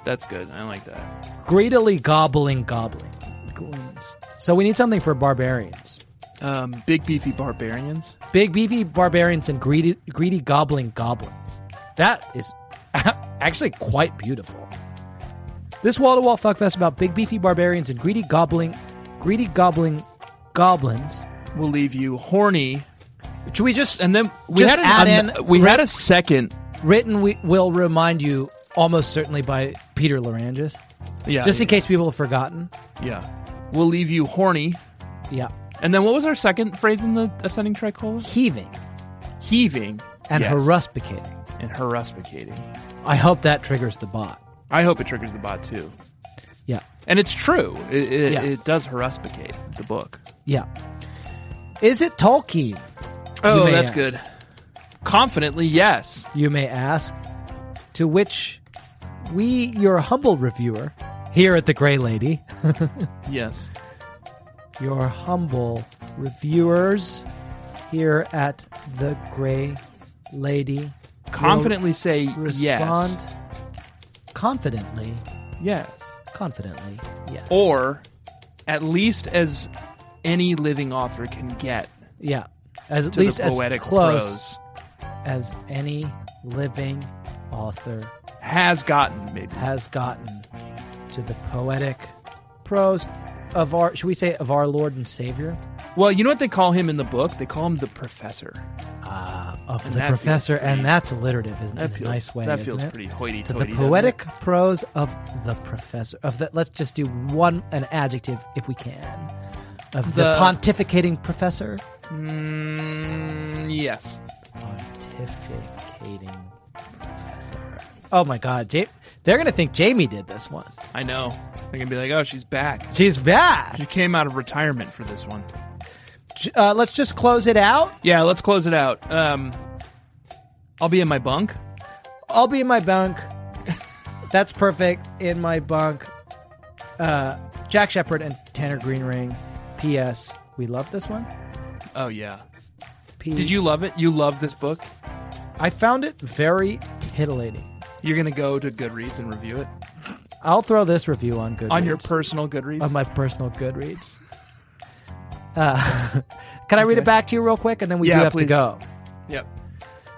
Speaker 3: That's good. I like that.
Speaker 2: Greedily gobbling goblin. Goblins. So we need something for barbarians.
Speaker 3: Um, big beefy barbarians.
Speaker 2: Big beefy barbarians and greedy greedy goblin goblins. That is [laughs] actually quite beautiful. This wall to wall fuckfest about big beefy barbarians and greedy goblin greedy goblin goblins.
Speaker 3: Will leave you horny.
Speaker 2: Should we just
Speaker 3: And then we
Speaker 2: Just
Speaker 3: had an,
Speaker 2: add
Speaker 3: an-
Speaker 2: in
Speaker 3: we
Speaker 2: re-
Speaker 3: had a second.
Speaker 2: written we will remind you almost certainly by Peter Larangis.
Speaker 3: Yeah.
Speaker 2: Just in case people have forgotten.
Speaker 3: Yeah. Will leave you horny.
Speaker 2: Yeah.
Speaker 3: And then what was our second phrase in the ascending tricolor?
Speaker 2: Heaving
Speaker 3: Heaving
Speaker 2: and
Speaker 3: Yes.
Speaker 2: haruspicating.
Speaker 3: and haruspicating.
Speaker 2: I hope that triggers the bot.
Speaker 3: I hope it triggers the bot too.
Speaker 2: Yeah.
Speaker 3: And it's true. It, it,
Speaker 2: Yeah.
Speaker 3: it does haruspicate the book.
Speaker 2: Yeah. Is it Tolkien?
Speaker 3: Oh,
Speaker 2: may
Speaker 3: that's
Speaker 2: ask.
Speaker 3: good. Confidently, yes.
Speaker 2: you may ask. To which we, your humble reviewer, here at the Grey Lady,
Speaker 3: Yes.
Speaker 2: your humble reviewers here at the Grey Lady,
Speaker 3: Confidently say
Speaker 2: respond
Speaker 3: yes.
Speaker 2: confidently,
Speaker 3: Yes.
Speaker 2: confidently, yes.
Speaker 3: Or at least as any living author can get
Speaker 2: yeah, as at
Speaker 3: to
Speaker 2: least
Speaker 3: the
Speaker 2: as
Speaker 3: poetic
Speaker 2: close
Speaker 3: prose.
Speaker 2: as any living author
Speaker 3: Has gotten, maybe.
Speaker 2: has gotten to the poetic prose of our should we say of our lord and savior
Speaker 3: Well, you know what they call him in the book? They call him the professor.
Speaker 2: uh, of
Speaker 3: And
Speaker 2: the
Speaker 3: that feels
Speaker 2: professor
Speaker 3: pretty-
Speaker 2: and that's alliterative isn't
Speaker 3: That
Speaker 2: it
Speaker 3: feels
Speaker 2: a nice way
Speaker 3: that
Speaker 2: isn't
Speaker 3: feels
Speaker 2: it?
Speaker 3: pretty hoity
Speaker 2: to
Speaker 3: toity.
Speaker 2: the poetic prose of the professor of the let's just do one an adjective if we can of the,
Speaker 3: The-
Speaker 2: pontificating professor
Speaker 3: Mm, yes.
Speaker 2: pontificating professor oh my god ja- they're gonna think jamie did this one
Speaker 3: I know. They're going to be like, oh, she's back.
Speaker 2: she's back
Speaker 3: She came out of retirement for this one.
Speaker 2: J- uh, let's just close it out
Speaker 3: Yeah, let's close it out. Um, I'll be in my bunk.
Speaker 2: I'll be in my bunk. That's perfect. In my bunk. Uh, Jack Shepard and Tanner Greenring. P.S. We love this one.
Speaker 3: Oh, yeah.
Speaker 2: P-
Speaker 3: Did you love it? You love this book?
Speaker 2: I found it very titillating.
Speaker 3: You're going to go to Goodreads and review it?
Speaker 2: I'll throw this review on Goodreads.
Speaker 3: On your personal Goodreads?
Speaker 2: on my personal Goodreads. Uh, [laughs] can I read it back to you real quick, and then we
Speaker 3: Yeah,
Speaker 2: do have
Speaker 3: please.
Speaker 2: to go.
Speaker 3: yep.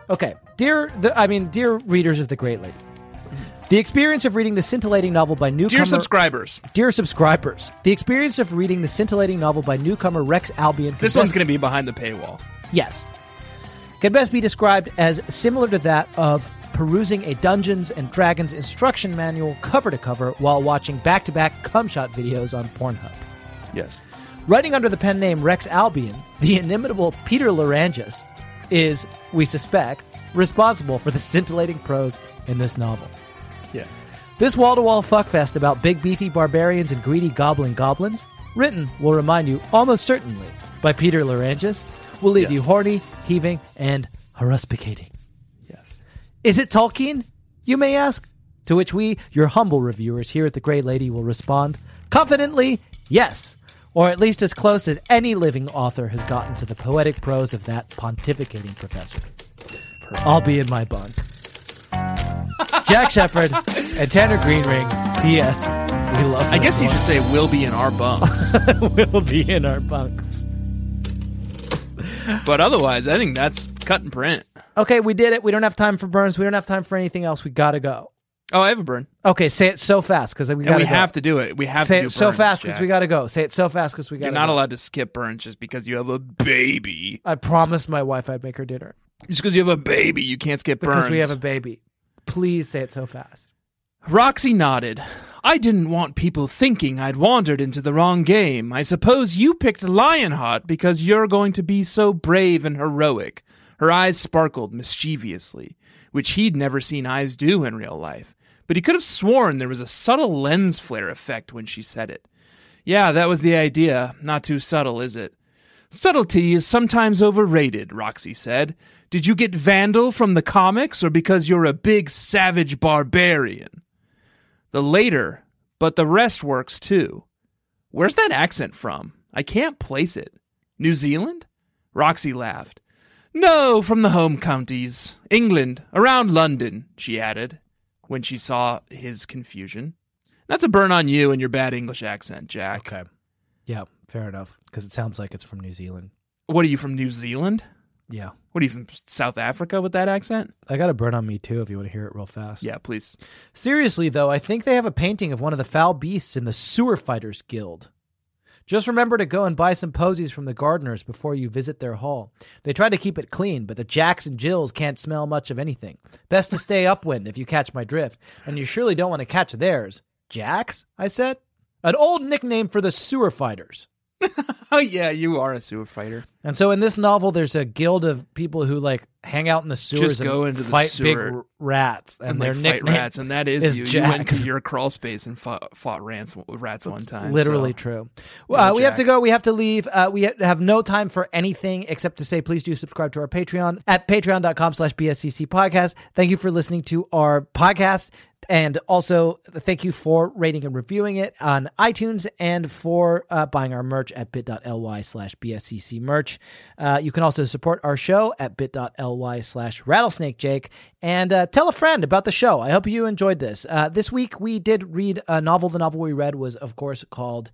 Speaker 2: Okay, dear, the, I mean, dear readers of the Great Lady, the experience of reading the scintillating novel by newcomer.
Speaker 3: Dear subscribers,
Speaker 2: Dear subscribers, the experience of reading the scintillating novel by newcomer Rex Albion.
Speaker 3: this one's going to be behind the paywall.
Speaker 2: yes, can best be described as similar to that of perusing a Dungeons and Dragons instruction manual cover to cover while watching back-to-back cum shot videos on Pornhub.
Speaker 3: Yes.
Speaker 2: Writing under the pen name Rex Albion, the inimitable Peter Larangis is, we suspect, responsible for the scintillating prose in this novel.
Speaker 3: Yes.
Speaker 2: This wall to wall fuckfest about big beefy barbarians and greedy goblin goblins, written, will remind you almost certainly, by Peter Larangis, will leave
Speaker 3: Yeah.
Speaker 2: you horny, heaving, and haruspicating.
Speaker 3: Yes.
Speaker 2: Is it Tolkien? You may ask. To which we, your humble reviewers here at The Grey Lady, will respond confidently, yes, or at least as close as any living author has gotten to the poetic prose of that pontificating professor. I'll be in my
Speaker 3: [laughs]
Speaker 2: bunk. Jack Shepard and Tanner Greenring, P.S. We love
Speaker 3: I guess you should say we'll be in
Speaker 2: [laughs]
Speaker 3: our bunks.
Speaker 2: will be in our bunks.
Speaker 3: but otherwise, I think that's cut and print.
Speaker 2: Okay, we did it. We don't have time for burns. We don't have time for anything else. We gotta go.
Speaker 3: Oh, I have a burn.
Speaker 2: Okay, say it so fast because we gotta
Speaker 3: And we
Speaker 2: go.
Speaker 3: have to do it. We have
Speaker 2: Say
Speaker 3: to
Speaker 2: it
Speaker 3: do
Speaker 2: so
Speaker 3: burns,
Speaker 2: fast because
Speaker 3: Jack.
Speaker 2: we gotta go. Say it so fast because we gotta.
Speaker 3: You're not
Speaker 2: go.
Speaker 3: allowed to skip burns just because you have a baby.
Speaker 2: I promised my wife I'd make her dinner
Speaker 3: Just because you have a baby, you can't skip
Speaker 2: because
Speaker 3: burns.
Speaker 2: we have a baby. Please say it so fast.
Speaker 3: Roxy nodded. I didn't want people thinking I'd wandered into the wrong game. I suppose you picked Lionheart because you're going to be so brave and heroic. Her eyes sparkled mischievously, which he'd never seen eyes do in real life, but he could have sworn there was a subtle lens flare effect when she said it. Yeah, that was the idea. Not too subtle, is it? Subtlety is sometimes overrated, Roxy said. Did you get Vandal from the comics or because you're a big savage barbarian? The later, but the rest works too. Where's that accent from? I can't place it. New Zealand? Roxy laughed. No, from the home counties. England, around London, she added, when she saw his confusion. That's a burn on you and your bad English accent, Jack.
Speaker 2: Yeah, fair enough. Because it sounds like it's from New Zealand.
Speaker 3: What are you from New Zealand?
Speaker 2: Yeah,
Speaker 3: What are you from South Africa with that accent?
Speaker 2: I got a burn on me too. If you want to hear it real fast.
Speaker 3: Yeah, please.
Speaker 2: Seriously though, I think they have a painting of one of the foul beasts in the Sewer Fighters Guild. Just remember to go and buy some posies from the gardeners before you visit their hall. They try to keep it clean, but the jacks and jills can't smell much of anything. Best to stay upwind if you catch my drift, and you surely don't want to catch theirs. Jacks? I said. An old nickname for the sewer fighters.
Speaker 3: Oh yeah, you are a sewer fighter.
Speaker 2: And so in this novel, there's a guild of people who like hang out in the sewers
Speaker 3: Just
Speaker 2: and
Speaker 3: go into the
Speaker 2: fight big
Speaker 3: sewer
Speaker 2: r- rats, and,
Speaker 3: And,
Speaker 2: their
Speaker 3: like fight
Speaker 2: nickname
Speaker 3: rats, and that is,
Speaker 2: is
Speaker 3: you. You went
Speaker 2: Jax.
Speaker 3: to your crawl space and fought, fought rants, rats one
Speaker 2: [laughs]
Speaker 3: time.
Speaker 2: Literally
Speaker 3: so.
Speaker 2: true.
Speaker 3: Little
Speaker 2: Well, uh, we have to
Speaker 3: Jack.
Speaker 2: go. We have to leave. Uh, we ha- have no time for anything except to say please do subscribe to our Patreon at patreon.com slash BSCC podcast. Thank you for listening to our podcast. And also, thank you for rating and reviewing it on iTunes and for uh, buying our merch at bit.ly slash BSCC merch. Uh, you can also support our show at bit.ly slash rattlesnake jake and uh, tell a friend about the show. I hope you enjoyed this. Uh, this week, we did read a novel. The novel we read was, of course, called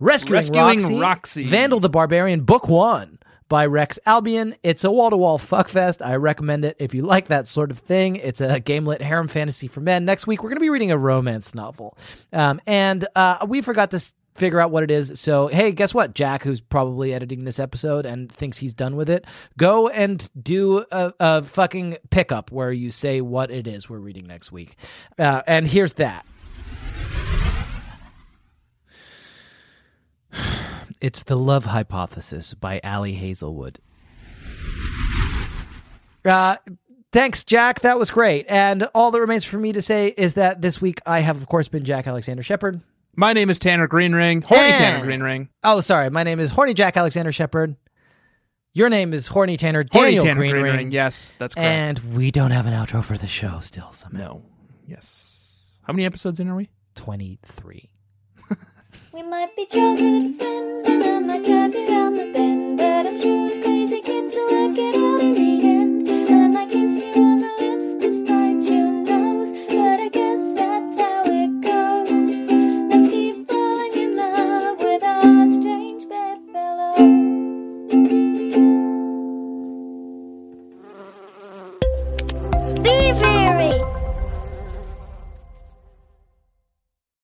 Speaker 2: Rescuing,
Speaker 3: Rescuing
Speaker 2: Roxy,
Speaker 3: Roxy.
Speaker 2: Vandal the Barbarian, Book One by Rex Albion. It's a wall to wall fuckfest. I recommend it if you like that sort of thing. It's a game lit harem fantasy for men. Next week, we're going to be reading a romance novel. Um, and uh, we forgot to s- figure out what it is. So, hey, guess what? Jack, who's probably editing this episode and thinks he's done with it, go and do a, a fucking pickup where you say what it is we're reading next week. Uh, and here's that. It's The Love Hypothesis by Allie Hazelwood. Uh, thanks, Jack. That was great. And all that remains for me to say is that this week I have, of course, been Jack Alexander Shepard.
Speaker 3: My name is Tanner Greenring. Horny
Speaker 2: Yeah.
Speaker 3: Tanner Greenring.
Speaker 2: Oh, sorry. My name is Horny Jack Alexander Shepard. Your name is Horny Tanner Daniel
Speaker 3: Horny Tanner
Speaker 2: Green
Speaker 3: Greenring.
Speaker 2: Ring.
Speaker 3: Yes, that's correct.
Speaker 2: and we don't have an outro for the show still. Somehow.
Speaker 3: no. Yes. How many episodes in are we?
Speaker 2: 23.
Speaker 1: We might be childhood friends.